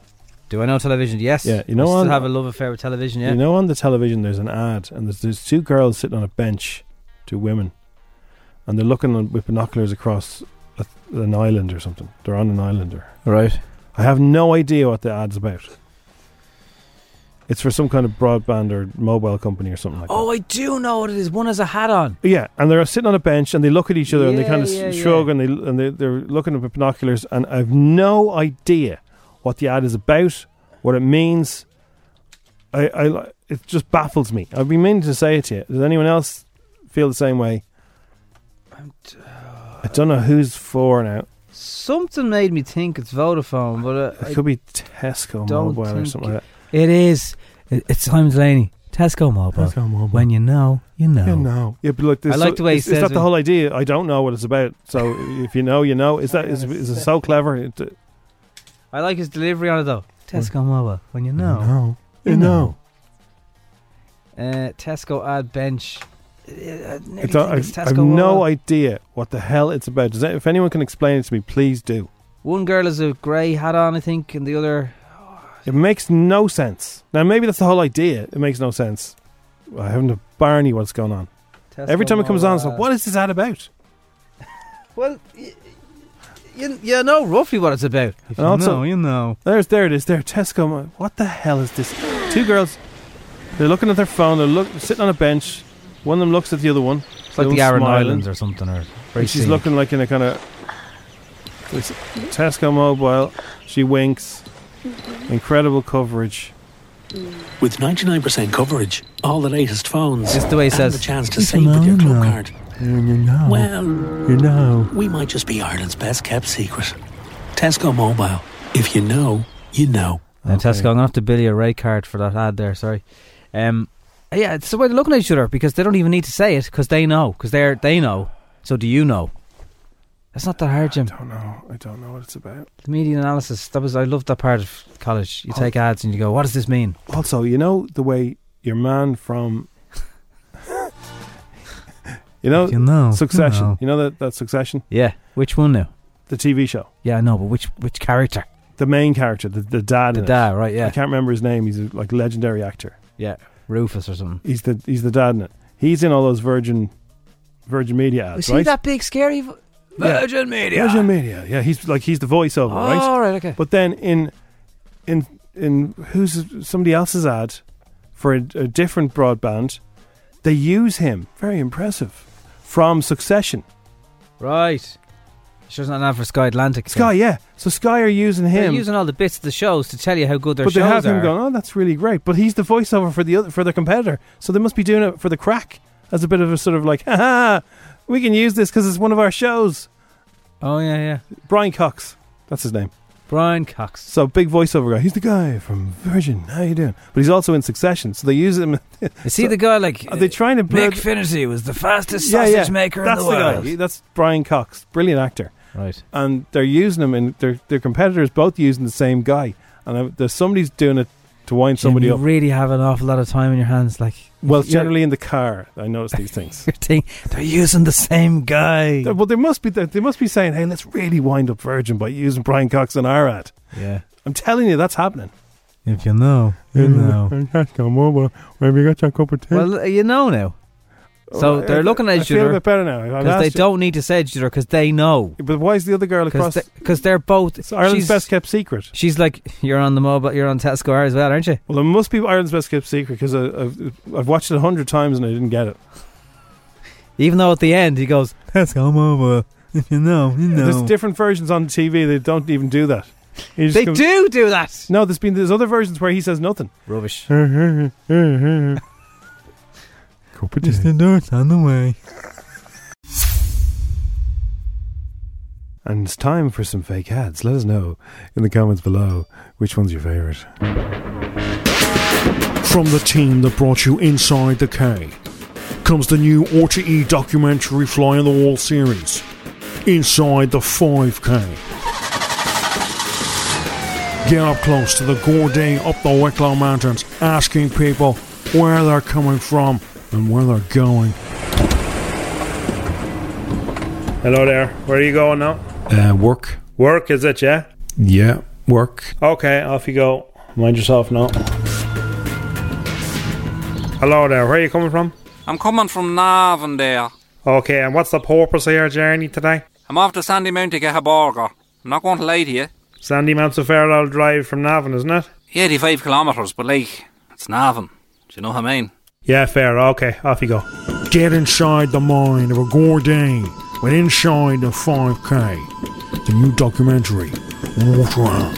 S3: Do I know television? Yes.
S2: Yeah, you know
S3: I still
S2: on-
S3: have a love affair with television. Yeah.
S2: You know, on the television, there's an ad, and there's, there's two girls sitting on a bench, two women, and they're looking on, with binoculars across a, an island or something. They're on an island. Or,
S3: right.
S2: I have no idea what the ad's about. It's for some kind of broadband or mobile company or something like that.
S3: Oh, I do know what it is. One has a hat on.
S2: Yeah, and they're sitting on a bench and they look at each other and they
S3: Yeah,
S2: kind of
S3: yeah,
S2: shrug and they and they, they're looking at binoculars and I've no idea what the ad is about, what it means. I, I li- it just baffles me. I've been meaning to say it to you. Does anyone else feel the same way? I don't
S3: uh,
S2: know who's for now.
S3: Something made me think it's Vodafone, but uh,
S2: It
S3: I-
S2: could be Tesco
S3: don't
S2: Mobile or
S3: think
S2: something like
S3: it is. It- It's Simon Delaney. Tesco
S2: that.
S3: Mobile.
S2: Tesco Mobile.
S3: When you know, you know.
S2: Yeah, no. Yeah, but look, this,
S3: I like the way he
S2: is, is
S3: says
S2: that the
S3: it.
S2: whole idea? I don't know what it's about. So if you know, you know. Is that is, is it so clever? It,
S3: I like his delivery on it though. Tesco Mobile. When you know.
S2: no,
S3: You
S2: no.
S3: Uh, Tesco ad bench. Uh, I nearly
S2: I don't-
S3: think it's
S2: I-
S3: Tesco
S2: I've no
S3: Mobile.
S2: idea what the hell it's about. Does that, if anyone can explain it to me, please do.
S3: One girl has a grey hat on, I think, and the other.
S2: It makes no sense. Now maybe that's the whole idea. It makes no sense. I haven't a barney what's going on.
S3: Tesco uh,
S2: Every time it comes
S3: Mobile
S2: on, it's like,
S3: ad.
S2: what is this ad about?
S3: Well, y- you, you know roughly what it's about. If
S2: And also-
S3: you know.
S2: There's there it is. There, Tesco. Mo- What the hell is this? Two girls. They're looking at their phone. They're look, sitting on a bench. One of them looks at the other one.
S3: It's like the
S2: one's
S3: Aran
S2: smiling.
S3: Islands or something. Or
S2: And she's looking like in a kind of it's Tesco Mobile. She winks. Incredible coverage.
S6: With 99% coverage, all the latest phones,
S3: Just the way he
S6: and the
S3: says.
S6: chance to save with your club card.
S2: You know.
S6: Well,
S2: You know.
S6: (laughs) we might just be Ireland's best kept secret. Tesco Mobile. If you know, you know.
S3: And Tesco, I'm gonna have to bill you a rate card for that ad there. Sorry. Um, yeah, it's the way they're looking at each other because they don't even need to say it because they know because they're they know. So do you know? That's not that hard, Jim.
S2: I don't know. I don't know what it's about.
S3: The media analysis. That was I loved that part of college. You take ads and you go, what does this mean?
S2: Also, you know the way your man from. (laughs) you know,
S3: know.
S2: Succession. You know that, that Succession?
S3: Yeah. Which one now?
S2: The TV show.
S3: Yeah, I know, but which which character?
S2: The main character, the, the dad.
S3: The
S2: in it.
S3: dad, right?
S2: I
S3: Yeah.
S2: can't remember his name. He's a like legendary actor.
S3: Yeah. Rufus or something.
S2: He's the he's the dad in it. He's in all those Virgin Virgin Media ads,
S3: Was he
S2: right?
S3: that big scary? v-
S2: Yeah.
S3: Virgin Media.
S2: Virgin Media. Yeah, he's like he's the voiceover,
S3: Oh,
S2: right?
S3: all right, okay.
S2: But then in in in who's somebody else's ad for a, a different broadband, they use him. Very impressive. From Succession,
S3: right. Sure, it's not an ad for Sky Atlantic.
S2: Sky, yeah. So Sky are using
S3: They're
S2: him,
S3: using all the bits of the shows to tell you how good their
S2: but they
S3: shows
S2: have him
S3: are.
S2: going. Oh, that's really great. But he's the voiceover for the other for their competitor, so they must be doing it for the crack as a bit of a sort of like, ha ha, we can use this because it's one of our shows.
S3: Oh yeah, yeah.
S2: Brian Cox, that's his name.
S3: Brian Cox.
S2: So big voiceover guy. He's the guy from Virgin. How you doing? But he's also in Succession, so they use him. (laughs)
S3: Is he the guy like?
S2: Are they trying to blur?
S3: Nick Finnerty was the fastest
S2: yeah,
S3: sausage
S2: yeah.
S3: maker
S2: That's
S3: in the, world.
S2: guy. He- That's Brian Cox, brilliant actor.
S3: Right.
S2: And they're using him, and their their competitors both using the same guy. And I, there's somebody's doing it to wind somebody
S3: you
S2: up.
S3: really have an awful lot of time in your hands. Like,
S2: well,
S3: (laughs) you're-
S2: generally in the car, I notice these things.
S3: your thing, (laughs) they're using the same guy.
S2: There- Well, they must be they they must be saying, "Hey, let's really wind up Virgin by using Brian Cox in our ad."
S3: Yeah.
S2: I'm telling you, that's happening.
S3: If you know, you know.
S2: (laughs)
S3: Well, you know now So they're looking at
S2: I
S3: each other
S2: feel a bit better now. I've
S3: because they
S2: asked you.
S3: don't need to say each other because they know
S2: But why is the other girl across?
S3: because because they, are both.
S2: It's Ireland's
S3: she's,
S2: best kept secret.
S3: She's like, you're on the mobile, you're on Tesco as well, aren't you?
S2: Well, it must be Ireland's best kept secret because I've, I've watched it a hundred times and I didn't get it.
S3: Even though at the end he goes, Tesco mobile. If you know, you
S2: There's
S3: know.
S2: different versions on TV that don't even do that. He just
S3: They
S2: comes-
S3: do do that.
S2: No, there's been there's other versions where he says nothing.
S3: Rubbish.
S2: (laughs) Competition.
S3: dirt on the way.
S2: And it's time for some fake ads. Let us know in the comments below which one's your favourite.
S4: From the team that brought you Inside the K comes the new RTE documentary Fly on the Wall series, Inside the 5K. Get up close to the Gordy up the Wicklow Mountains, asking people where they're coming from and where they're going.
S2: Hello there. Where are you going now?
S4: Uh, work?
S2: Work is it? Yeah.
S4: Yeah, work.
S2: Okay, off you go. Mind yourself now. Hello there. Where are you coming from?
S7: I'm coming from Navan there.
S2: Okay, and what's the purpose of your journey today?
S7: I'm off to Sandy Mount to get a burger. I'm not going to lie to you.
S2: Sandy Mount's a fair old drive from Navan, isn't it?
S7: 85 kilometres, but like, it's Navan. Do you know what I mean?
S2: Yeah, fair. Okay, off you go.
S4: Get inside the mind of a Gordain with Inside the 5K, the new documentary, Water.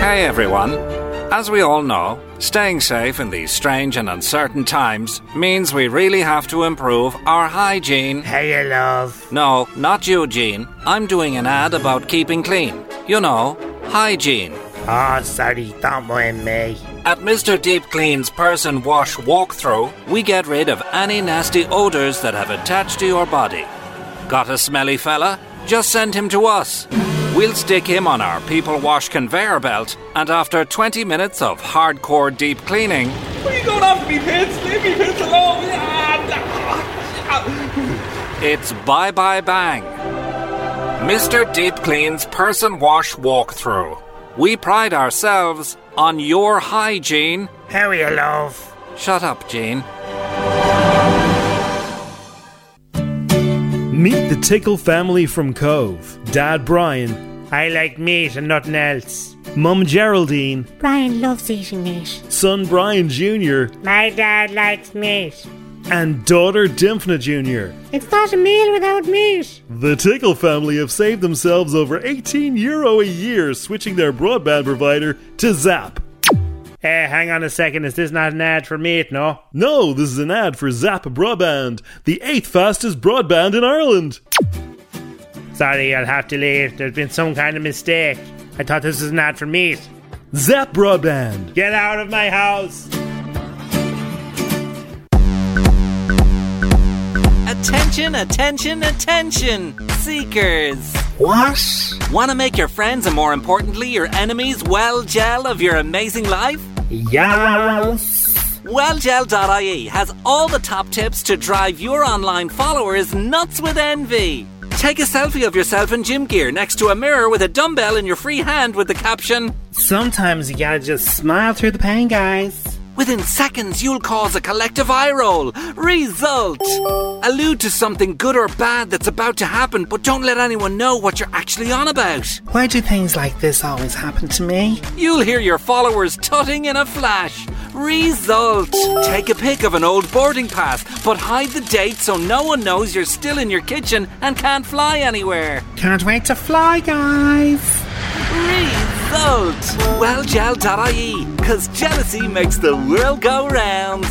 S7: Hey everyone. As we all know, staying safe in these strange and uncertain times means we really have to improve our hygiene. Hey, love. No, not you, Gene. I'm doing an ad about keeping clean. You know, hygiene.
S8: Oh, sorry, don't mind me.
S7: At Mr. Deep Clean's Person Wash Walkthrough, we get rid of any nasty odors that have attached to your body. Got a smelly fella? Just send him to us. We'll stick him on our People Wash conveyor belt, and after 20 minutes of hardcore deep cleaning, it's bye bye bang. Mr. Deep Clean's Person Wash Walkthrough. We pride ourselves on your hygiene.
S8: How are you, love?
S7: Shut up, Gene.
S9: Meet the Tickle family from Cove. Dad Brian,
S8: I like meat and nothing else.
S9: Mum Geraldine,
S10: Brian loves eating meat.
S9: son Brian Jr.,
S8: My dad likes meat.
S9: and daughter Dimphna Jr.
S10: It's not a meal without meat.
S9: The Tickle family have saved themselves over 18 euro a year switching their broadband provider to Zap.
S8: Hey, hang on a second. Is this not an ad for meat, no?
S9: No, this is an ad for Zap Broadband, the eighth fastest broadband in Ireland.
S8: Sorry, I'll have to leave. There's been some kind of mistake. I thought this was an ad for meat.
S9: Zap Broadband.
S8: Get out of my house!
S11: Attention, attention, attention, seekers! What? Want to make your friends and more importantly your enemies well gel of your amazing life? Yes! WellGel.ie has all the top tips to drive your online followers nuts with envy. Take a selfie of yourself in gym gear next to a mirror with a dumbbell in your free hand with the caption
S8: Sometimes you gotta just smile through the pain, guys.
S11: Within seconds, you'll cause a collective eye roll. Result! Allude to something good or bad that's about to happen, but don't let anyone know what you're actually on about.
S12: Why do things like this always happen to me?
S11: You'll hear your followers tutting in a flash. Result! Take a pic of an old boarding pass, but hide the date so no one knows you're still in your kitchen and can't fly anywhere.
S12: Can't wait to fly, guys!
S11: Result! Welljel.ie, because jealousy makes the world go round.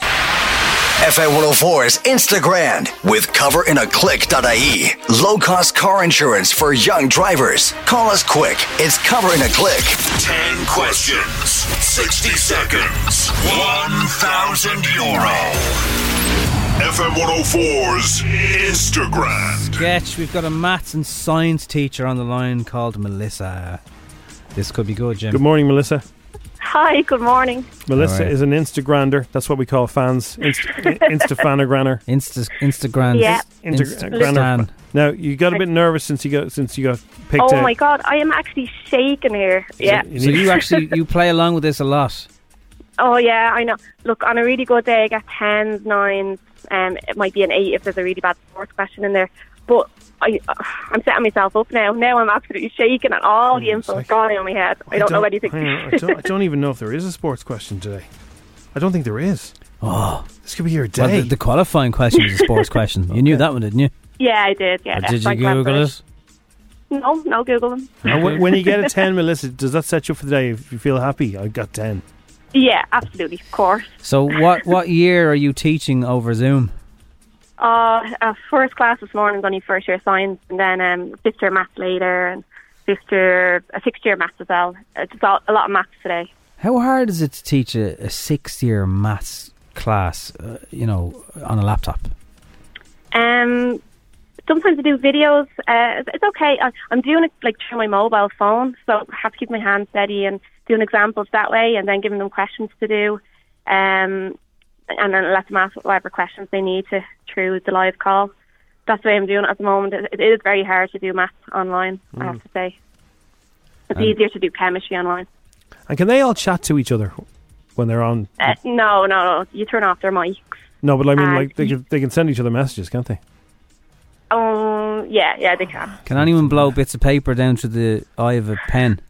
S13: FM 104's Instagram with coverinaClick.ie. E. Low cost car insurance for young drivers. Call us quick. It's Cover in a Click.
S14: 10 questions, 60 seconds, 1,000 euro. FM 104's Instagram.
S3: Sketch. We've got a maths and science teacher on the line called Melissa. This could be good, Jim.
S2: Good morning, Melissa.
S15: Hi, good morning.
S2: Melissa
S3: Alright.
S2: is an Instagrander. That's what we call
S8: (laughs)
S2: fans. Insta- Instafanagranner.
S3: Insta Instagram.
S15: Yeah.
S2: Instagranner.
S3: Instan.
S2: Now you got a bit nervous since you got since you got picked
S15: oh
S2: out.
S15: my god, I am actually shaking here. Yeah.
S3: So
S2: (laughs)
S3: you actually you play along with this a lot.
S15: oh yeah, I know. Look, on a really good day, I get tens, nines. Um, it might be an eight if there's a really bad sports question in there. But I, I'm setting myself up now. Now I'm absolutely shaking and all the info's gone on my head. I don't, know anything.
S2: hang
S15: (laughs)
S2: on, I, Hmm, don't, I don't even know if there is a sports question today. I don't think there is.
S3: Oh,
S2: this could be your day.
S3: Well, the, the qualifying question was a
S2: (laughs)
S3: sports question. You knew that one, didn't you?
S15: yeah, I did. Yeah.
S3: Or
S15: that's
S3: did you
S15: my
S3: Google
S15: grandson.
S3: it?
S15: No, no Google them.
S2: Now, wh- when you get
S15: (laughs)
S2: a ten, Melissa, does that set you up for the day? If you feel happy, I got ten.
S15: Yeah, absolutely, of course.
S3: So what what year are you teaching over Zoom?
S15: Uh, uh, first class this morning's only first year science, and then um, fifth year maths later, and fifth year, uh, sixth year maths as well. It's just all, a lot of maths today.
S3: How hard is it to teach a, a six year maths class? Uh, you know, on a laptop.
S15: Um, sometimes I do videos. Uh, it's- it's okay. I, I'm doing it like through my mobile phone, so I have to keep my hand steady and doing examples that way, and then giving them questions to do, um, and then let them ask whatever questions they need to through the live call. That's the way I'm doing it at the moment. It, it is very hard to do maths online. I have to say, it's
S2: And-
S15: easier to do chemistry online.
S2: And can they all chat to each other when they're on?
S15: Uh, no, no, no. You turn off their mic.
S2: No, but I mean,
S15: uh,
S2: like they can, they can send each other messages, can't they?
S15: Um, yeah, yeah, they can.
S3: Can anyone blow bits of paper down to the eye of a pen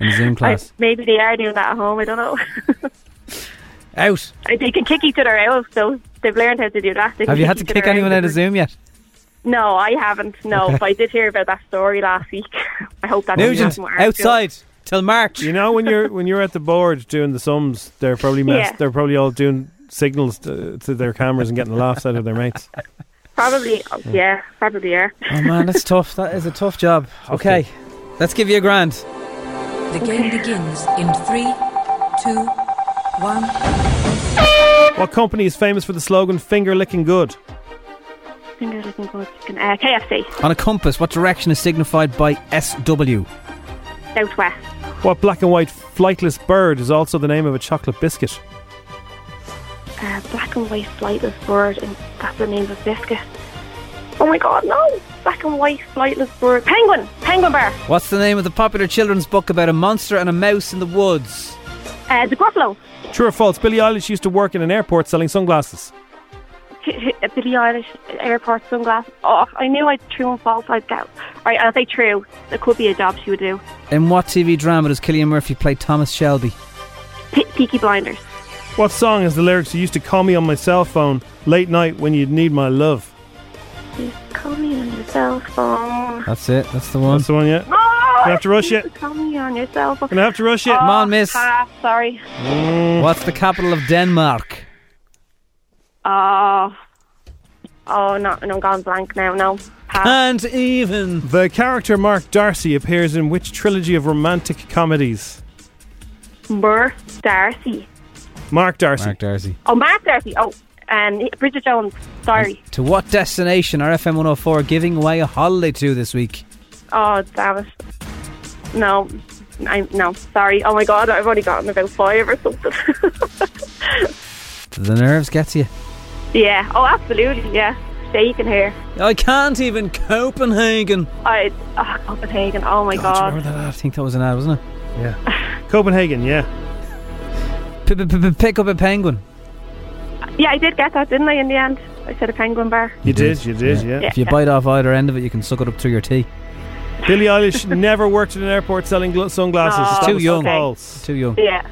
S3: in a Zoom
S15: I,
S3: class?
S15: maybe they are doing that at home. I don't know. (laughs)
S3: Out.
S15: Uh, They can kick each other out, so they've learned how to do that. They
S3: Have
S15: can
S3: you had to
S15: each
S3: kick
S15: other
S3: anyone out of Zoom yet?
S15: No, I haven't. No, but I did hear about that story last week. (laughs) I hope that doesn't
S3: Nugent,
S15: happen with our school.
S3: till March.
S2: You know, when you're when you're at the board doing the sums, they're probably messed,
S15: Yeah.
S2: they're probably all doing signals to, to their cameras and getting laughs out of their mates.
S15: Probably, oh, yeah, probably yeah.
S3: Oh man, that's tough. That is a tough job. (laughs) okay, let's give you a grand.
S16: The game begins in three, two, one.
S2: What company is famous for the slogan "Finger licking good"?
S15: Finger looking good. Chicken. Uh, KFC,
S3: On a compass, what direction is signified by SW?
S15: Southwest,
S2: What black and white flightless bird is also the name of a chocolate biscuit?
S15: uh, black and white flightless bird, and that's the name of the biscuit. Oh my god, no! Black and white flightless bird. Penguin! Penguin bear!
S3: What's the name of the popular children's book about a monster and a mouse in the woods?
S15: Uh, the Gruffalo.
S2: True or false? Billie Eilish used to work in an airport selling sunglasses.
S15: Billy Eilish airport sunglasses. Oh, I knew I'd true and false. I'd get. Right, I'll say true. It could be a job she would do.
S3: In what TV drama does Killian Murphy play Thomas Shelby?
S15: Pe- Peaky Blinders.
S2: What song has the lyrics "You used to call me on my cell phone late night when you'd need my love"?
S15: You call me on your cell phone.
S3: That's it. That's the one.
S2: That's the one. Yeah.
S15: Oh,
S2: You have to rush it.
S15: Call me on your cell phone.
S2: Gonna have to rush it.
S15: Oh,
S3: Come on, miss.
S15: Ah, sorry.
S3: What's the capital of Denmark?
S15: Oh. Oh, no, no, I'm gone blank now. No. Pass.
S3: And even.
S2: The character Mark Darcy appears in which trilogy of romantic comedies?
S15: Burr Darcy.
S2: Mark Darcy.
S3: Mark Darcy.
S15: Oh, Mark Darcy. Oh, and Bridget Jones. Sorry.
S3: To what destination are FM 104 giving away a holiday to this week?
S15: Oh, damn it. No. I'm, no, sorry. Oh my god, I've already gotten about five or something. (laughs)
S3: The nerves get to you.
S15: yeah. Oh, absolutely. Yeah. shaking here.
S3: I can't even Copenhagen.
S15: I oh, Copenhagen. Oh my
S3: Do you
S15: god.
S3: remember that ad? I think that was an ad, wasn't it?
S2: Yeah. Copenhagen, yeah.
S3: Pick up a penguin.
S15: Yeah, I did get that, didn't I? In the end, I said a penguin bar.
S2: You did, you did, yeah.
S3: If you
S15: Yeah.
S3: bite off either end of it, you can suck it up through your teeth.
S2: Billie Eilish (laughs) never worked in an airport selling gl- sunglasses.
S15: No,
S2: That
S15: Too
S2: was
S15: young. okay.
S2: false.
S3: Too young.
S15: Yeah,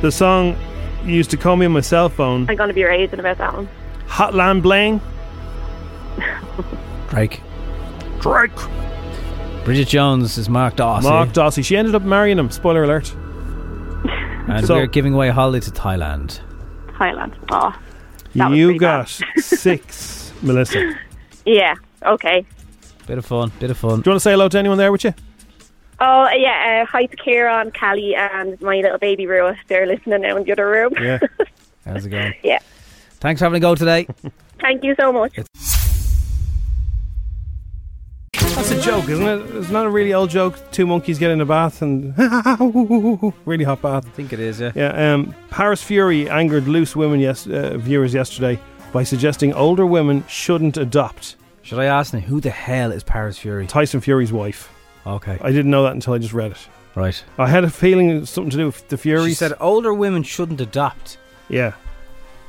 S2: The song used to call me on my cell phone.
S15: I'm gonna be raging about that one.
S2: Hotline Bling.
S3: Drake.
S2: Drake.
S3: Bridget Jones is Mark Dawson.
S2: Mark Dossey. She ended up marrying him. Spoiler alert.
S3: And
S2: So-
S3: we're giving away a holiday to Thailand.
S15: Thailand. Oh,
S2: You got six, Melissa. Do
S15: yeah. Okay.
S3: Bit of fun, bit of fun.
S2: you want to say hello to anyone there with you?
S15: Oh yeah. Uh, hi to Kieran, Callie, and my little baby Rua. They're listening now in the other room.
S3: Yeah. How's it going?
S15: (laughs) yeah.
S3: Thanks for having a
S2: (laughs)
S3: go today.
S15: Thank you so much.
S2: That's a joke, isn't it? It's not a really old joke. Two monkeys get in a bath and (laughs) really hot bath. I
S3: think it is, yeah.
S2: Yeah. Um, Paris Fury angered loose women yes, uh, viewers yesterday by suggesting older women shouldn't adopt.
S3: Should I ask now, who the hell is Paris Fury?
S2: Tyson Fury's wife.
S3: Okay.
S2: I didn't know that until I just read it.
S3: Right.
S2: I had a feeling it was something to do with the Furies.
S3: She said older women shouldn't adopt.
S2: yeah.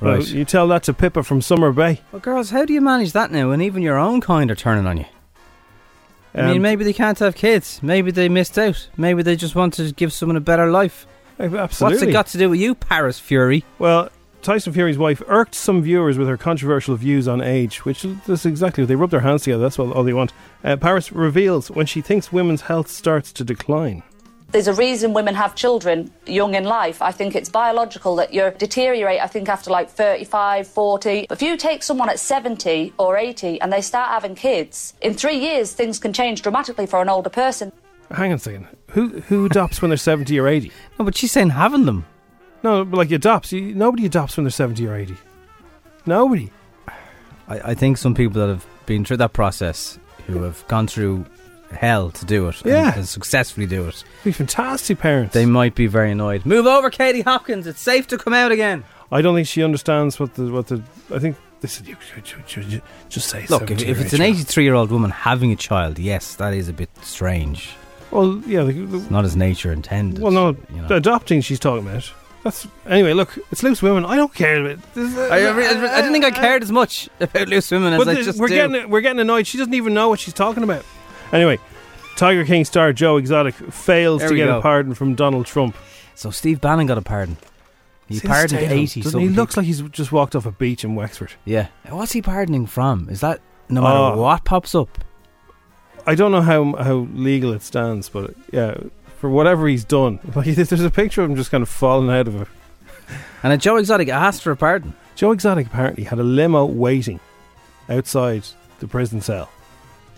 S3: Right.
S2: Well, you tell that to Pippa from Summer Bay.
S3: Well, girls, how do you manage that now? And even your own kind are turning on you. I
S2: Um,
S3: mean, maybe they can't have kids. Maybe they missed out. Maybe they just want to give someone a better life.
S2: Absolutely.
S3: What's it got to do with you, Paris Fury?
S2: Well, Tyson Fury's wife irked some viewers with her controversial views on age, which is that's exactly what they rub their hands together. That's what all they want. Uh, Paris reveals when she thinks women's health starts to decline.
S17: There's a reason women have children young in life. I think it's biological that you deteriorate, I think, after like 35, 40. If you take someone at 70 or 80 and they start having kids, in three years, things can change dramatically for an older person.
S2: Hang on a second. Who who adopts when they're seventy or eighty?
S3: (laughs) No, but she's saying having them.
S2: No, but like adopts. You, nobody adopts when they're seventy or eighty. Nobody.
S3: I, I think some people that have been through that process, who have gone through hell to do it, and-
S2: Yeah.
S3: and, successfully do it,
S2: Be fantastic parents.
S3: they might be very annoyed. Move over, Katie Hopkins. It's safe to come out again.
S2: I don't think she understands what the what the. I think this is. You, you- you- you- just say
S3: Look, if,
S2: 70
S3: if
S2: or
S3: it's an
S2: 80.
S3: 83 year old woman having a child, yes, that is a bit strange.
S2: Well, yeah. The, the,
S3: It's not as nature intended.
S2: Well, no, adopting she's talking about. That's anyway. Look, it's loose women. I don't care. About this, Uh,
S3: I, I, re- I didn't think I cared as much about loose women as
S2: but
S3: I
S2: the-
S3: just
S2: we're
S3: do.
S2: getting we're getting annoyed. She doesn't even know what she's talking about. Anyway, Tiger King star Joe Exotic fails
S3: There
S2: to
S3: we
S2: get a
S3: go.
S2: pardon from Donald Trump.
S3: So Steve Bannon got a pardon. He
S2: See,
S3: pardoned
S2: stay down,
S3: 80
S2: doesn't
S3: something
S2: He He looks like he's just walked off a beach in Wexford.
S3: Yeah. What's he pardoning from? Is that no matter
S2: Oh.
S3: what pops up?
S2: I don't know how how legal it stands, but yeah, for whatever he's done, (laughs) like there's a picture of him just kind of falling out of it.
S3: And a Joe Exotic asked for a pardon.
S2: Joe Exotic apparently had a limo waiting outside the prison cell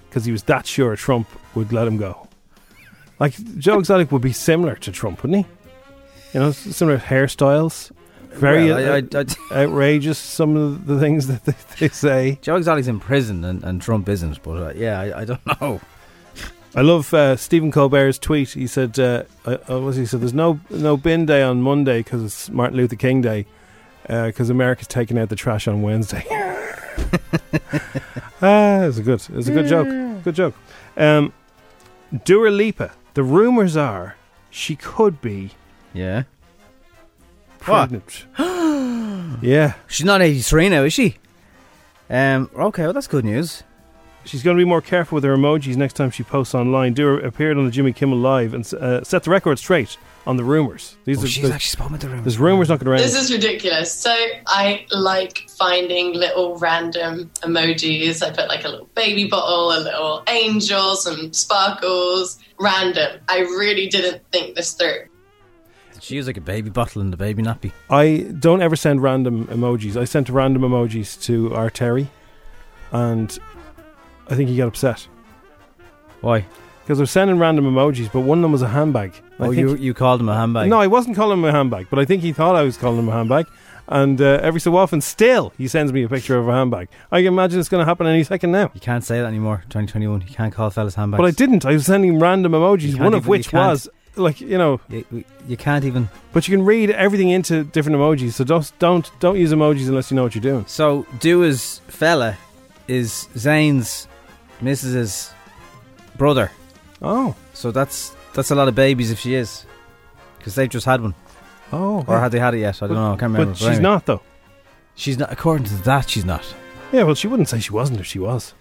S2: because he was that sure Trump would let him go. Like Joe Exotic would be similar to Trump, wouldn't he? You know, s- similar hairstyles, very
S3: Well, I-
S2: uh,
S3: (laughs)
S2: outrageous. Some of the things that they, they say.
S3: Joe Exotic's in prison and, and Trump isn't, but uh, yeah, I, I don't (laughs) know.
S2: I love uh, Stephen Colbert's tweet. He said, uh, uh, uh, "What was he said? There's no no bin day on Monday because it's Martin Luther King Day because America's taking out the trash on Wednesday."
S3: (laughs)
S2: ah, it's a good, it's a good joke, good joke. Um, Dua Lipa. The rumors are she could be
S3: Yeah. What?
S2: pregnant. (gasps) yeah,
S3: She's not 83 now, is she? Um. Okay, well, that's good news.
S2: She's going to be more careful with her emojis next time she posts online. Dura appeared on the Jimmy Kimmel Live and uh, set the record straight on the rumors. These
S3: Oh, she's
S2: there's-
S3: actually spoken to the rumors.
S2: There's rumors knocking around.
S18: This is ridiculous. So I like finding little random emojis. I put like a little baby bottle, a little angel, some sparkles, random. I really didn't think this through.
S3: She used like a baby bottle and a baby nappy.
S2: I don't ever send random emojis. I sent random emojis to our Terry, and I think he got upset
S3: Why?
S2: because I was sending random emojis, but one of them was a handbag. I
S3: Oh,
S2: think-
S3: you you called him a handbag.
S2: No, I wasn't calling him a handbag, but I think he thought I was calling him a handbag. And uh, every so often, still, he sends me a picture of a handbag. I can imagine it's going to happen any second now.
S3: You can't say that anymore. 2021. You can't call fellas handbags.
S2: But I didn't. I was sending random emojis,
S3: can't
S2: one
S3: even-
S2: of
S3: you
S2: which
S3: can't.
S2: was like you know.
S3: You, you can't even.
S2: But you can read everything into different emojis. So don't don't don't use emojis unless you know what you're doing.
S3: So Dua's fella is Zane's Mrs.'s brother.
S2: Oh,
S3: so that's that's a lot of babies if she is, because they've just had one.
S2: Oh,
S3: or had they had it yet? I don't
S2: But-
S3: know. I can't
S2: but
S3: remember.
S2: she's not, though.
S3: She's not. According to that, she's not.
S2: Yeah, well, she wouldn't say she wasn't if she was.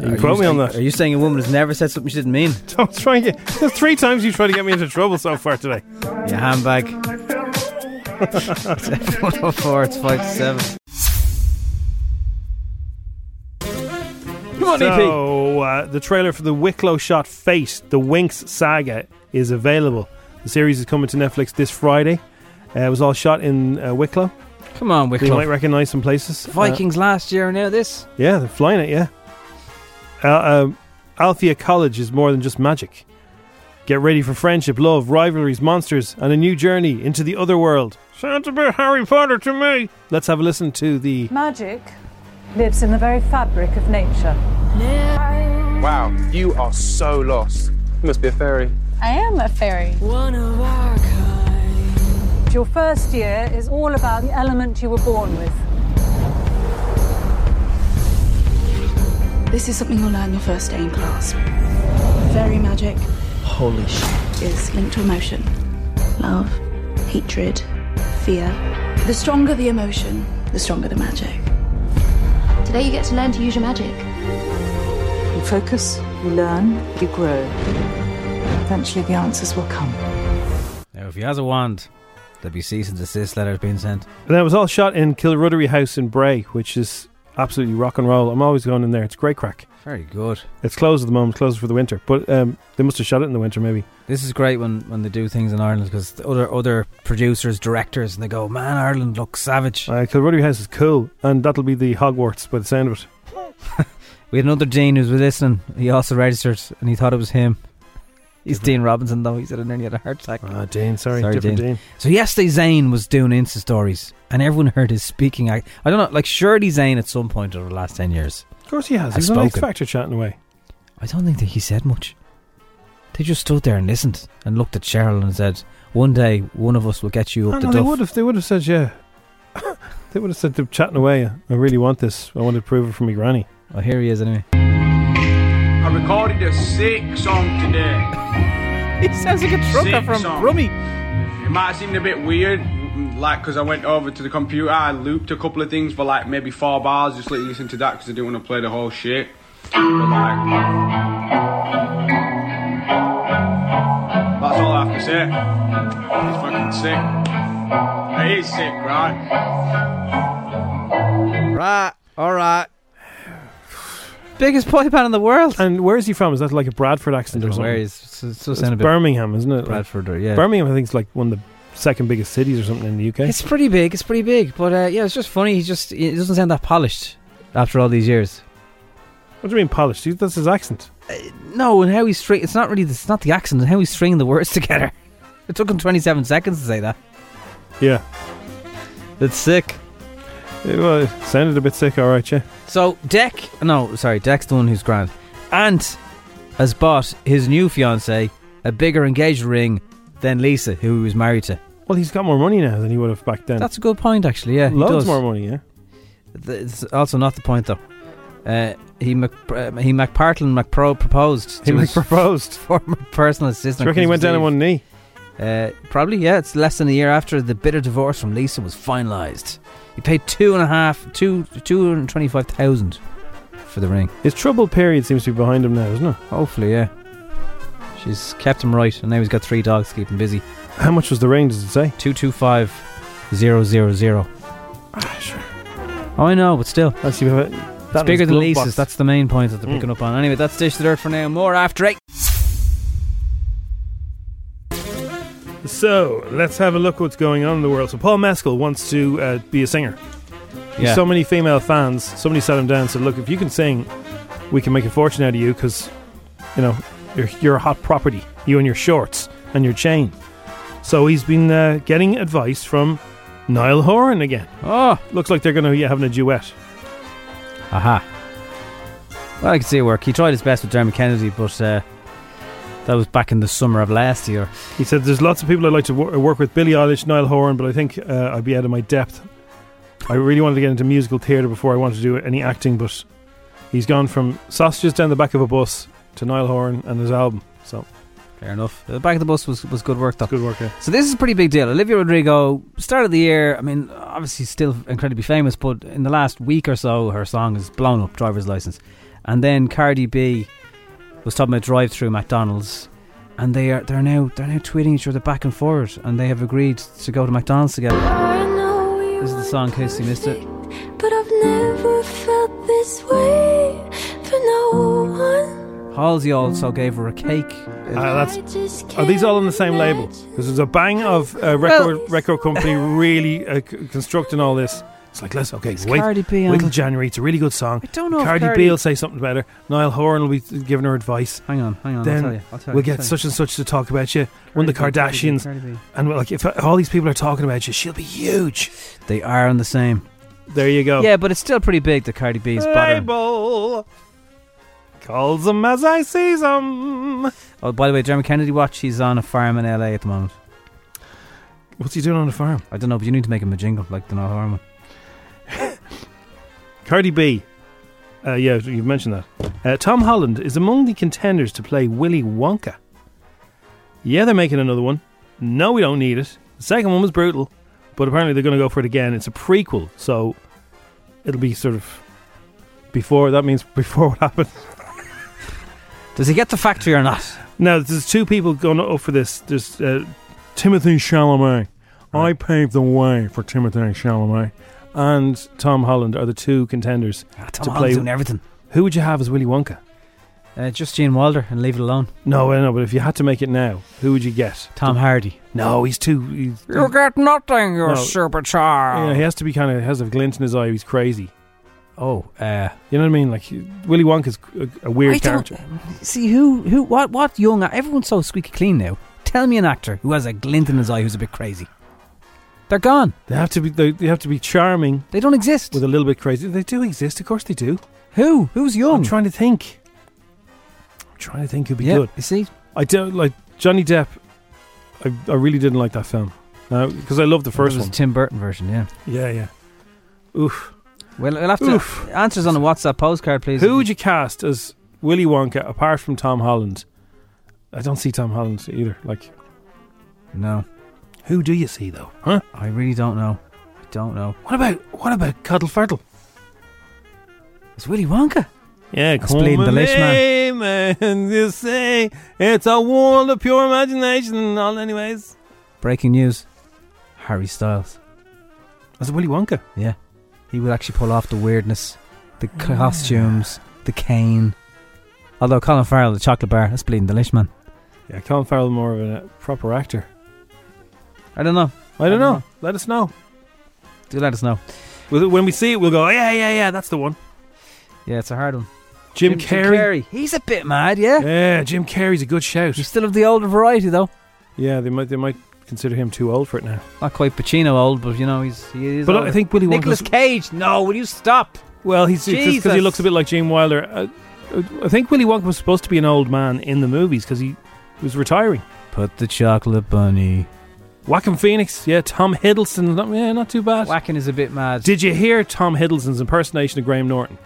S2: You quote me on that.
S3: Are you saying a woman has never said something she didn't mean?
S2: (laughs) Don't try and get. There's three times you try to get me into trouble so far today.
S3: Your handbag. it's 104, it's 5 to 7. Come on, E EP.
S2: So, uh, the trailer for the Wicklow shot Face, the Winx saga, is available. The series is coming to Netflix this Friday. Uh, it was all shot in uh, Wicklow.
S3: Come on,
S2: You
S3: Wicklow.
S2: might recognise some places. Uh,
S3: Vikings last year and now this.
S2: Yeah, they're flying it, yeah. Al- um, Althea College is more than just magic. Get ready for friendship, love, rivalries, monsters, and a new journey into the other world. Sounds a bit Harry Potter to me. Let's have a listen to the.
S19: Magic lives in the very fabric of nature.
S20: Wow, you are so lost. You must be a fairy.
S19: I am a fairy. One of our kind. Your first year is all about the element you were born with.
S21: This is something you'll learn your first day in class. Fairy magic
S3: Holy shit.
S21: is linked to emotion love, hatred, fear. The stronger the emotion, the stronger the magic.
S22: Today you get to learn to use your magic.
S19: You focus, you learn, you grow. Eventually the answers will come.
S3: Now, if he has a wand, there'll be cease and desist letters being sent.
S2: And that was all shot in Kilruddery House in Bray, which is absolutely rock and roll. I'm always going in there. It's great crack.
S3: Very good.
S2: It's closed at the moment, closed for the winter. But um, they must have shot it in the winter, maybe.
S3: This is great when, when they do things in Ireland because other other producers, directors, and they go, "Man, Ireland looks savage."
S2: Uh, Kilruddery House is cool, and that'll be the Hogwarts by the sound of it.
S3: (laughs) We had another Dean who was listening. He also registered, and he thought it was him. He's Dean Robinson, though. He said it nearly had a heart attack.
S2: Ah, Dean, sorry, different Dean.
S3: So yesterday, Zane was doing Insta stories, and everyone heard his speaking. I, I don't know, like surely Zane at some point over the last ten years.
S2: Of course he has.
S3: has
S2: He's on X
S3: spoken.
S2: Factor chatting away.
S3: I don't think that he said much. They just stood there and listened and looked at Cheryl and said, "One day, one of us will get you
S2: Oh,
S3: up
S2: no,
S3: the
S2: they
S3: duff."
S2: would have. They would have said, yeah. (laughs) they would have said, they're chatting away. I really want this. I want to prove it for me granny.
S3: Oh, here he is anyway.
S23: I recorded a sick song today.
S3: he sounds like a
S23: trucker
S3: from
S23: Rummy. It might seem a bit weird, mm, like, because I went over to the computer, I looped a couple of things for like maybe four bars, just let you listen to that because I didn't want to play the whole shit. But like, that's all I have to say. It's fucking sick. It is sick, right?
S3: Right,
S2: (sighs)
S3: all right. Biggest boy band in the world.
S2: And where is he from? Is that like a Bradford accent
S3: I don't
S2: or
S3: know
S2: something?
S3: where he is. It's- it's so
S2: It's
S3: sound a bit
S2: Birmingham, isn't it?
S3: Bradford or- yeah.
S2: Birmingham, I think, is like one of the second biggest cities or something in the UK.
S3: It's pretty big. It's pretty big, but uh, yeah, it's just funny. He just he doesn't sound that polished after all these years. Uh,
S2: What do you mean polished? He- That's his accent.
S3: No, and how he's string. It's not really. It's not the accent. And how he's stringing the words (laughs) together. It took him twenty-seven seconds to say that.
S2: (laughs) Yeah.
S3: It's sick.
S2: It, well, it sounded a bit sick, all right, yeah.
S3: So Deck, no, sorry, Deck's the one who's grand. Ant has bought his new fiance a bigger engagement ring than Lisa, who he was married to.
S2: Well, he's got more money now than he would have back then.
S3: That's a good point, actually. Yeah, he
S2: Loads
S3: does.
S2: more money, yeah.
S3: Th- It's also not the point though. Uh, he Mc, uh, he McPartlin McPro proposed.
S2: He
S3: to his
S2: proposed
S3: former personal assistant.
S2: Do you reckon he
S3: on
S2: went down on one
S3: Christmas
S2: knee?
S3: Eve. Uh, probably, yeah. It's less than a year after the bitter divorce from Lisa was finalised. He paid two and a half, two, two hundred twenty-five thousand for the ring.
S2: His troubled period seems to be behind him now, isn't it?
S3: Hopefully, yeah. She's kept him right, and now he's got three dogs to keep him busy.
S2: How much was the ring? Does it say
S3: two two five zero zero zero? Oh, I know, but still,
S2: Ah, that's you have it.
S3: It's bigger than Lisa's. That's the main point that
S2: Mm.
S3: they're picking up on. Anyway, that's dish the dirt for now. More after eight.
S2: So let's have a look what's going on in the world. So Paul Mescal wants to uh, be a singer. He's
S3: Yeah.
S2: So many female fans. Somebody sat him down and said, "Look, if you can sing, we can make a fortune out of you because, you know, you're, you're a hot property. You and your shorts and your chain." So he's been uh, getting advice from Niall Horan again.
S3: Oh,
S2: looks like they're going to be having a duet.
S3: Aha. Well, I can see it work. He tried his best with Jeremy Kennedy, but uh, that was back in the summer of last year.
S2: He uh, said, "There's lots of people I'd like to wor- work with: Billie Eilish, Niall Horan, but I think uh, I'd be out of my depth." I really wanted to get into musical theatre before I wanted to do any acting, but he's gone from sausages down the back of a bus to Niall Horan and his album. So
S3: fair enough. The back of the bus was, was good work, though.
S2: Good work, yeah.
S3: So this is a pretty big deal. Olivia Rodrigo, start of the year. I mean, obviously still incredibly famous, but in the last week or so, her song has blown up. Driver's License, and then Cardi B was talking about drive through McDonald's, and they are they're now they're now tweeting each other back and forward, and they have agreed to go to McDonald's together. This is the song, in case you missed it.
S24: But I've never felt this way for no one.
S3: Halsey also gave her a cake.
S2: Uh, that's, are these all on the same label? Because there's a bang of uh, record record company really uh, c- constructing all this. It's like let's okay wait,
S3: Cardi B
S2: wait
S3: on-
S2: till January. It's a really good song. I
S3: don't know if
S2: Cardi,
S3: Cardi-
S2: B will say something better. Niall Horan will be giving her advice.
S3: Hang on, hang on. I'll
S2: Then
S3: tell you, I'll tell
S2: we'll
S3: you, I'll
S2: get
S3: tell you.
S2: such and such to talk about you. One of the
S3: Cardi B, Cardi B,
S2: Kardashians,
S3: Cardi B.
S2: and we're like if uh, all these people are talking about you, she'll be huge.
S3: They are on the same.
S2: There you go.
S3: Yeah, but it's still pretty big. The Cardi B's butter.
S2: Label calls them as I sees them.
S3: Oh, by the way, Jeremy Kennedy watch. He's on a farm in LA at the moment.
S2: What's he doing on a farm?
S3: I don't know, but you need to make him a jingle like the Niall Horan one.
S2: Cardi B. Uh, yeah, you've mentioned that. Uh, Tom Holland is among the contenders to play Willy Wonka. Yeah, they're making another one. No, we don't need it. The second one was brutal, but apparently they're going to go for it again. It's a prequel, so it'll be sort of before. That means (laughs) before what happened.
S3: Does he get the factory or not?
S2: No, there's two people going up for this. There's uh, Timothy Chalamet. I paved the way for Timothy Chalamet and Tom Holland are the two contenders
S3: Ah, Tom
S2: to play
S3: Holland's doing everything.
S2: Who would you have as Willy Wonka?
S3: Uh, just Gene Wilder and leave it alone.
S2: No, I know, but if you had to make it now, who would you get?
S3: Tom Hardy.
S2: No, he's too. He's,
S3: get nothing,
S2: you No.
S3: super child.
S2: Yeah, he has to be kind of has a glint in his eye. He's crazy.
S3: Oh, uh,
S2: you know what I mean? Like he- Willy Wonka's a, a weird
S3: I don't-
S2: character.
S3: See who who what what young everyone's so squeaky clean now. Tell me an actor who has a glint in his eye who's a bit crazy. They're gone.
S2: They have to be. They, they have to be charming.
S3: They don't exist.
S2: With a little bit crazy. They do exist. Of course they do.
S3: Who? Who's young?
S2: I'm trying to think. I'm trying to think who'd be
S3: Yeah,
S2: good.
S3: You see,
S2: I don't like Johnny Depp. I, I really didn't like that film. No, because I loved the first
S3: it was
S2: one.
S3: a Tim Burton version, yeah.
S2: yeah, yeah. Oof.
S3: Well, we'll have to
S2: Oof.
S3: answers on a WhatsApp postcard, please.
S2: Who would you cast as Willy Wonka apart from Tom Holland? I don't see Tom Holland either. Like,
S3: No,
S2: who do you see though? Huh?
S3: I really don't know. I don't know.
S2: What about what about Cuddle Fuddle?
S3: It's Willy Wonka.
S2: Yeah,
S3: That's bleeding the leash, man.
S2: man. You say it's a world of pure imagination. and All anyways.
S3: Breaking news: Harry Styles.
S2: As Willy Wonka.
S3: Yeah, he will actually pull off the weirdness, the costumes, the cane. Although Colin Farrell, the chocolate bar, that's bleeding delish, man.
S2: Yeah, Colin Farrell more of a proper actor.
S3: I don't know.
S2: I don't know. Let us know.
S3: Do let us know.
S2: We'll- When we see it, we'll go. Yeah, yeah, yeah. That's the one.
S3: Yeah, it's a hard one.
S2: Jim, Carrey.
S3: He's a bit mad, yeah.
S2: Yeah, Jim Carrey's a good shout.
S3: He's still of the older variety, though.
S2: Yeah, they might they might consider him too old for it now.
S3: Not quite Pacino old, but you know he's he is.
S2: But
S3: older.
S2: I think Willy Wonka's-
S3: Nicolas Cage. No, will you stop?
S2: Well, he's because he
S3: Jesus.
S2: looks a bit like Gene Wilder. Uh, uh, I think Willy Wonka was supposed to be an old man in the movies because he was retiring.
S3: Put the chocolate bunny.
S2: Whacking Phoenix, yeah, Tom Hiddleston, not, yeah, not too bad.
S3: Whacking is a bit mad.
S2: Did you hear Tom Hiddleston's impersonation of Graham Norton?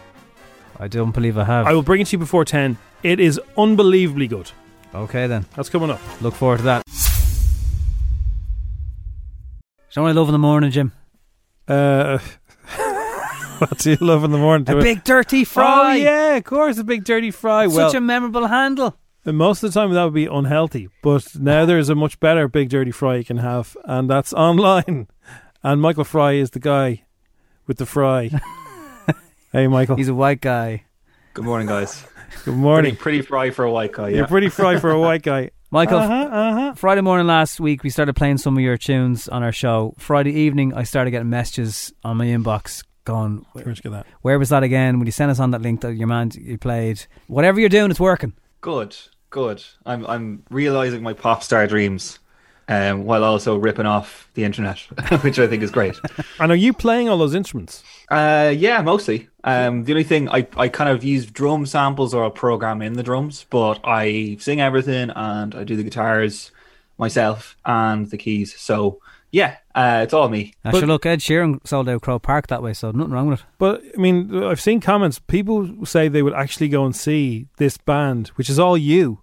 S3: I don't believe I have.
S2: I will bring it to you before ten. It is unbelievably good.
S3: okay then.
S2: That's coming up.
S3: Look forward to that. So I love in the morning, Jim.
S2: Uh, (laughs) what do you love in the morning?
S3: A big dirty fry.
S2: Oh yeah, of course, a big dirty fry. well,
S3: Such a memorable handle.
S2: And Most of the time that would be unhealthy, but now there is a much better Big Dirty Fry you can have, and that's online. And Michael Fry is the guy with the
S3: (laughs)
S2: fry. hey, Michael.
S3: He's a white guy.
S1: Good morning, guys.
S2: Good morning.
S1: (laughs) Pretty, pretty fry for a white guy. Yeah.
S2: You're pretty fry for a white (laughs) guy.
S3: (laughs) Michael,
S2: Uh-huh, uh-huh.
S3: Friday morning last week, we started playing some of your tunes on our show. Friday evening, I started getting messages on my inbox going,
S2: Where'd you get that?
S3: Where was that again? When you sent us on that link that your man you played, whatever you're doing, it's working.
S1: Good, good. I'm I'm realizing my pop star dreams, um, while also ripping off the internet, (laughs) which I think is great.
S2: And are you playing all those instruments?
S1: Uh, yeah, mostly. Um, the only thing I I kind of use drum samples or a program in the drums, but I sing everything and I do the guitars myself and the keys. So Yeah, uh, it's all me.
S3: Actually, look, Ed Sheeran sold out Crow Park that way,
S1: (laughs)
S3: so nothing wrong with it.
S2: But I mean, I've seen comments. People say they would actually go and see this band, which is all
S3: (laughs)
S2: you.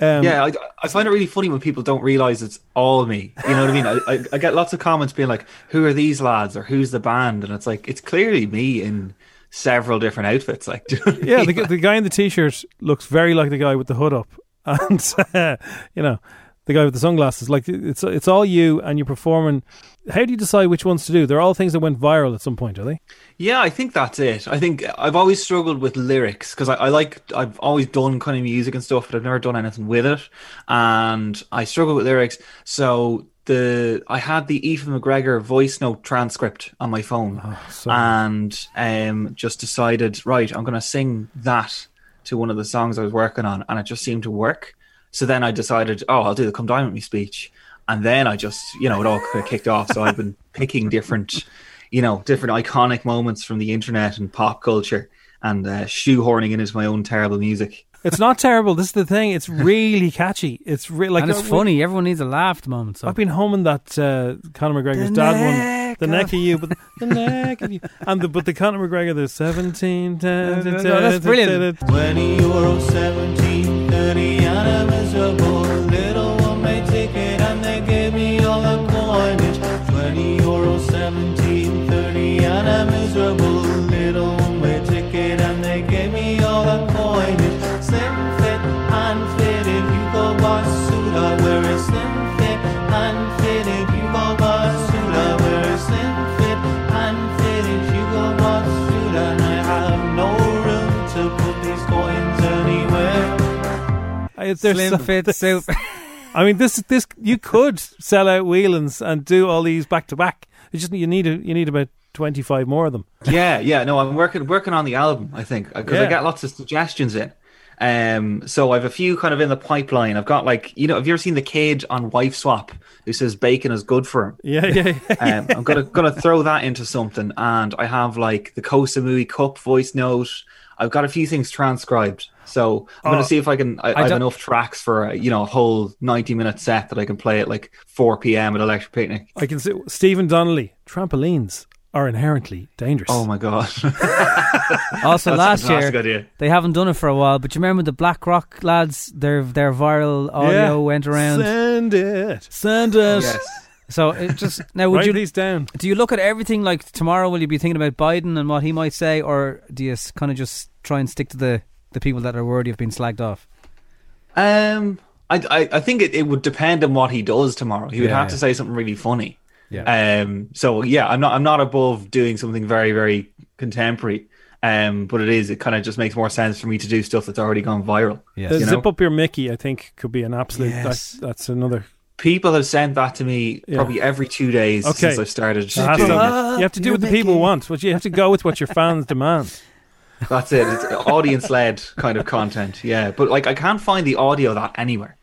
S2: Um,
S1: yeah, I, I find it really funny when people don't realize it's all me. You know what I mean? I, I, I get lots of comments being like, "Who are these lads?" or "Who's the band?" and it's like it's clearly me in several different outfits. Like, (laughs) do you know what I
S2: yeah,
S1: mean?
S2: the, gu- the guy in the t-shirt looks very like the guy with the hood up, (laughs) and uh, you know, the guy with the sunglasses. Like, it's it's all you, and you're performing. How do you decide which ones to do? They're all things that went viral at some point, are they?
S1: Yeah, I think that's it. I think I've always struggled with lyrics because I, I like I've always done kind of music and stuff, but I've never done anything with it, and I struggle with lyrics. So the I had the Ethan McGregor voice note transcript on my phone, and um, just decided right, I'm going to sing that to one of the songs I was working on, and it just seemed to work. So then I decided, oh, I'll do the "Come Down with Me" speech, and then I just, you know, it all kind of kicked off. So I've been picking different, you know, different iconic moments from the internet and pop culture, and uh, shoehorning it into my own terrible music.
S2: It's not terrible. This is the thing.
S3: (laughs)
S2: It's really catchy. It's re- like
S3: and it's
S2: uh, we-
S3: funny. Everyone needs a laugh at the moment. So.
S2: I've been homing that uh, Conor McGregor's dad one, the neck of you, but the neck of you, and the but the Conor McGregor, the
S3: (laughs)
S2: seventeen.
S3: No, that's brilliant.
S4: 20 euro 17, 30 and a miserable little one way ticket and they gave me all the coinage. 20 euro 17, 30 and a miserable little one way ticket and they gave me all the coinage. Slim fit, unfitted, you go boss suit, I wear a slim fit, unfitted, you go boss suit, I wear a slim fit, unfitted, you go boss suit, and I have no room to put these coins anywhere.
S3: Slim fit suit.
S2: (laughs) I mean, this this you could sell out Whelan's and do all these back to back. You just you need a, you need about twenty five more of them.
S1: yeah, yeah. No, I'm working working on the album. I think because I
S2: Yeah.
S1: got lots of suggestions in. Um, so I've a few kind of in the pipeline. I've got like you know, have you ever seen the kid on Wife Swap who says bacon is good for him?
S2: Yeah, yeah,
S1: (laughs) um, I'm gonna gonna throw that into something, and I have like the Kosamui Cup voice note. I've got a few things transcribed, so I'm
S2: Oh,
S1: gonna see if I can. I,
S2: I
S1: I, have
S2: don't-
S1: enough tracks for a, you know a whole 90 minute set that I can play at like 4 p.m. at Electric Picnic.
S2: I can see Stephen Donnelly. Trampolines are inherently dangerous.
S1: Oh my (laughs) god!
S3: Also,
S1: That's a
S3: last year
S1: fantastic idea.
S3: they haven't done it for a while, but you remember the Black Rock lads? Their their viral audio
S2: Yeah.
S3: went around.
S2: Send it. Send it.
S3: So it just now would
S2: Write
S3: you
S2: these down?
S3: Do you look at everything like tomorrow? Will you be thinking about Biden and what he might say, or do you kind of just try and stick to the the people that are already have been slagged off?
S1: Um, I I, I think it, it would depend on what he does tomorrow. He would
S3: Yeah,
S1: have to
S3: yeah.
S1: say something really funny.
S3: Yeah.
S1: Um. So yeah, I'm not I'm not above doing something very very contemporary. Um. But it is it kind of just makes more sense for me to do stuff that's already gone viral.
S2: The
S1: You know?
S2: Zip up your Mickey, I think, could be an absolute.
S1: Yes.
S2: That, that's another.
S1: People have sent that to me
S2: Yeah.
S1: probably every two days
S2: Okay.
S1: since I started.
S2: You have to,
S1: doing it.
S2: you have to do what the people want. What you have to go with what your fans demand.
S1: That's it. It's audience led kind of content. Yeah. But like I can't find the audio of that anywhere.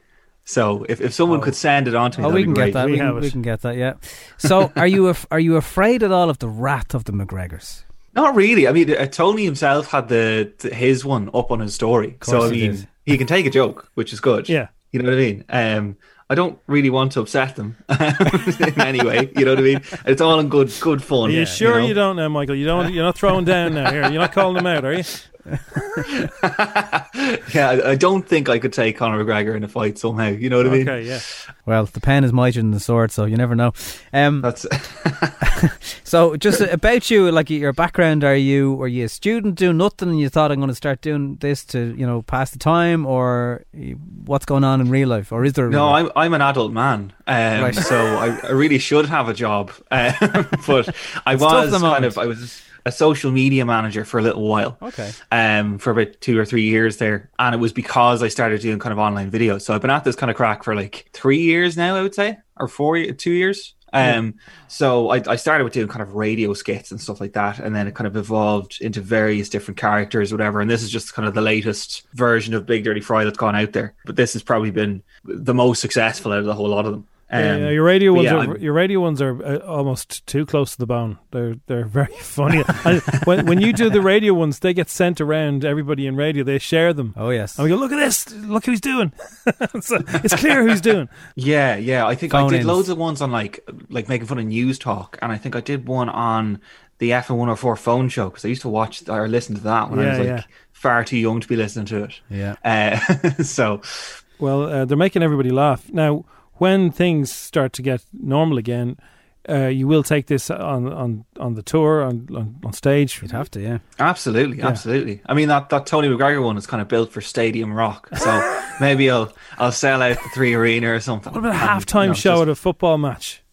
S1: So if, if someone could send it on to me,
S3: Oh,
S1: that'd
S3: we
S1: be
S3: can
S1: great.
S3: get that. We, can, we can get that. Yeah. So, are you af- are you afraid at all of the wrath of the McGregors?
S1: Not really. I mean, uh, Tony himself had the, th- his one up on his story,
S3: course
S1: so I
S3: he
S1: mean,
S3: did.
S1: he can take a joke, which is good.
S2: Yeah.
S1: you know what I mean. Um, I don't really want to upset them (laughs) in any way. You know what I mean. It's all in good, good
S2: Are
S1: fun.
S2: you sure you,
S1: know?
S2: don't know, Michael? You don't. You're not throwing down now. Here, you're not calling them out,
S1: (laughs)
S2: are you?
S1: Yeah, I, I don't think I could take Conor McGregor in a fight somehow. You know what I mean?
S2: Okay, yeah.
S3: Well, the pen is mightier than the sword, so you never know. Um,
S1: That's (laughs)
S3: (laughs) so. Just about you, like your background. Are you were you a student doing nothing, and you thought I'm going to start doing this to you know pass the time, or you- what's going on in real life, or is there? a real
S1: No,
S3: life?
S1: I'm I'm an adult man, um,
S3: Right.
S1: so I, I really should have a job. Um, (laughs) but I
S3: It's tough at
S1: was
S3: the
S1: kind of I was a social media manager for a little while.
S3: Okay.
S1: Um, for about two or three years there, and it was because I started doing kind of online videos. So I've been at this kind of crack for like three years now, I would say, or four, ye- two years. Um, so I, I started with doing kind of radio skits and stuff like that, and then it kind of evolved into various different characters, whatever. And this is just kind of the latest version of Big Dirty Fry that's gone out there. But this has probably been the most successful out of the whole lot of them. Um,
S2: yeah, your radio
S1: but
S2: ones
S1: yeah,
S2: are your radio ones are uh, almost too close to the bone. They're they're (laughs) very funny. I, when when you do the radio ones, they get sent around everybody in radio. They share them.
S3: Oh yes.
S2: And we go, look at this. Look who's doing. (laughs) so it's clear who's doing.
S1: Yeah, yeah. I think I did
S2: Phone-ins.
S1: loads of ones on like like making fun of news talk, and I think I did one on the FM one hundred four phone show because I used to watch or listen to that when I was
S2: Yeah, yeah.
S1: like far too young to be listening to it.
S3: Yeah.
S1: Uh, (laughs) so
S2: Well, uh, they're making everybody laugh. Now, when things start to get normal again, uh, you will take this on on, on the tour on, on on stage. You'd
S3: have to, yeah.
S1: Absolutely,
S2: Yeah.
S1: absolutely. I mean that that Tony McGregor one is kind of built for stadium rock,
S2: (laughs)
S1: so maybe I'll I'll sell out the three arena or something.
S2: What about a
S1: And,
S3: Um,
S2: halftime
S1: you know,
S2: show at a football match?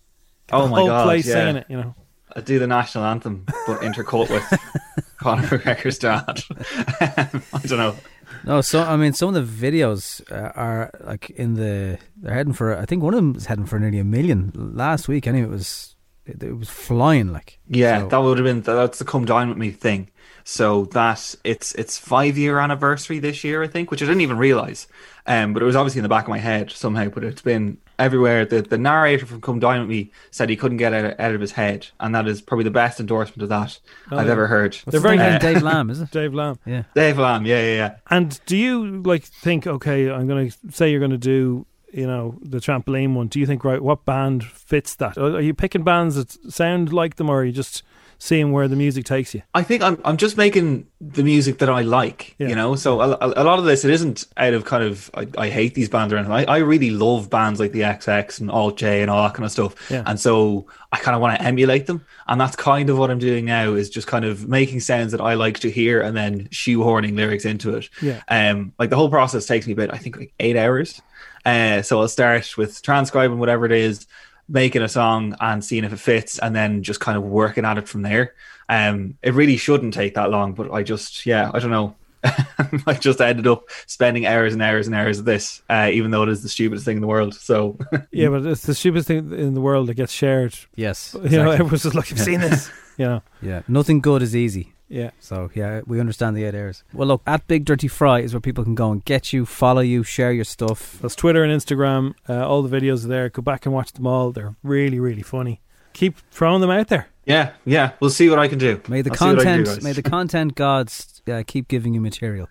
S2: Get
S1: Oh
S2: the
S1: my
S2: whole
S1: God,
S2: place
S1: yeah.
S2: singing it. You know,
S1: I do the national anthem, but intercut with
S2: (laughs)
S1: Conor McGregor's dad. (laughs) I don't know.
S3: No, so I mean, some of the videos uh, are like in the they're heading for. I think one of them is heading for nearly a million last week. Anyway, it was it, it was flying like.
S1: Yeah,
S3: So-
S1: that would have been that's the come down with me thing. So that it's it's five year anniversary this year, I think, which I didn't even realize. Um, but it was obviously in the back of my head somehow. But it's been everywhere. The the narrator from Come Down with Me said he couldn't get it out, out of his head, and that is probably the best endorsement of that
S2: Oh,
S1: I've
S2: yeah.
S1: ever heard.
S2: They're very (laughs)
S1: Uh,
S2: good.
S3: Dave Lamb, is it?
S2: Dave Lamb.
S3: Yeah.
S1: (laughs) Dave Lamb, yeah, yeah, yeah.
S2: And do you like think? Okay, I'm going to say you're going to do. You know the trampoline one. Do you think right? What band fits that? Are are you picking bands that sound like them, or are you just seeing where the music takes
S3: (laughs)
S2: you?
S1: I think I'm I'm just making the music that I like, you know. So a, a- a lot of this it isn't out of kind of I, I hate these bands or anything. I, I really love bands like the XX and Alt J and all that kind of stuff.
S2: Yeah.
S1: And so I kind of want to emulate them, and that's kind of what I'm doing now is just kind of making sounds that I like to hear and then shoehorning lyrics into it.
S2: Yeah.
S1: Um, like the whole process takes me about I think like eight hours. Uh, so I'll start with transcribing whatever it is, making a song and seeing if it fits, and then just kind of working at it from there. Um, it really shouldn't take that long, but I just yeah, I don't know. (laughs) I just ended up spending hours and hours and hours of this, uh, even though it is the stupidest thing in the world. So (laughs)
S2: Yeah, but it's the stupidest thing in the world that gets shared.
S3: Yes,
S2: (laughs) you know,
S3: exactly.
S2: everyone's just like, "I've
S3: Yeah.
S2: seen
S3: (laughs)
S2: this." You know,
S3: Yeah, nothing good is easy.
S2: Yeah.
S3: So yeah, we understand the eight airs. Well, look, at Big Dirty Fry is where people can go and get you, follow you, share your stuff.
S2: That's Twitter and Instagram. Uh, all the videos are there. Go back and watch them all. They're really, really funny. Keep throwing them out there.
S1: yeah, yeah, we'll see what I can do.
S3: May the
S1: I'll see what I can do,
S3: content,
S1: guys.
S3: may the content gods uh, keep giving you
S1: (laughs)
S3: material.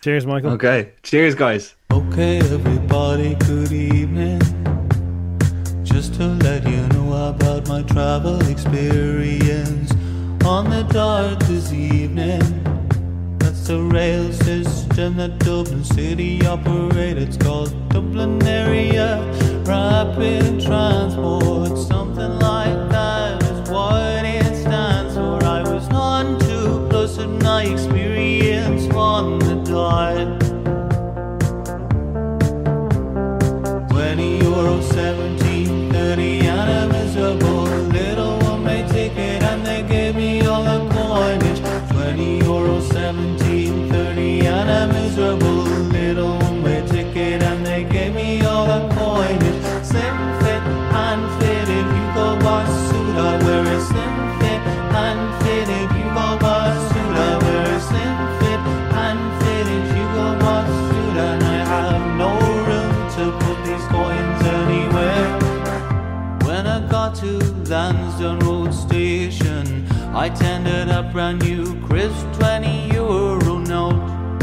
S2: Cheers, Michael.
S1: Okay, cheers, guys.
S4: Okay, everybody, good evening. Just to let you know about my travel experience on the dart this evening. That's the rail system that Dublin City operates. It's called Dublin Area Rapid Transport. Something like that is what it stands for. I was on to plus in my experience on the dart. 20 euro 17 30 and a miserable little one may take it and they give me all the coinage 20 euro 17 30 and a miserable little one may take it and they give me all the coinage slim fit and fit if you go by suit i wear a slim fit and fit if you go by suit i wear a slim fit and fit if you go by suit and i have no room to put these coins anywhere when I got to Lansdowne Road Station, I tendered a brand new crisp 20 euro note.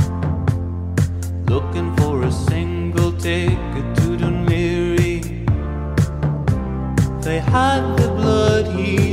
S4: Looking for a single ticket to Dunleary. They had the bloody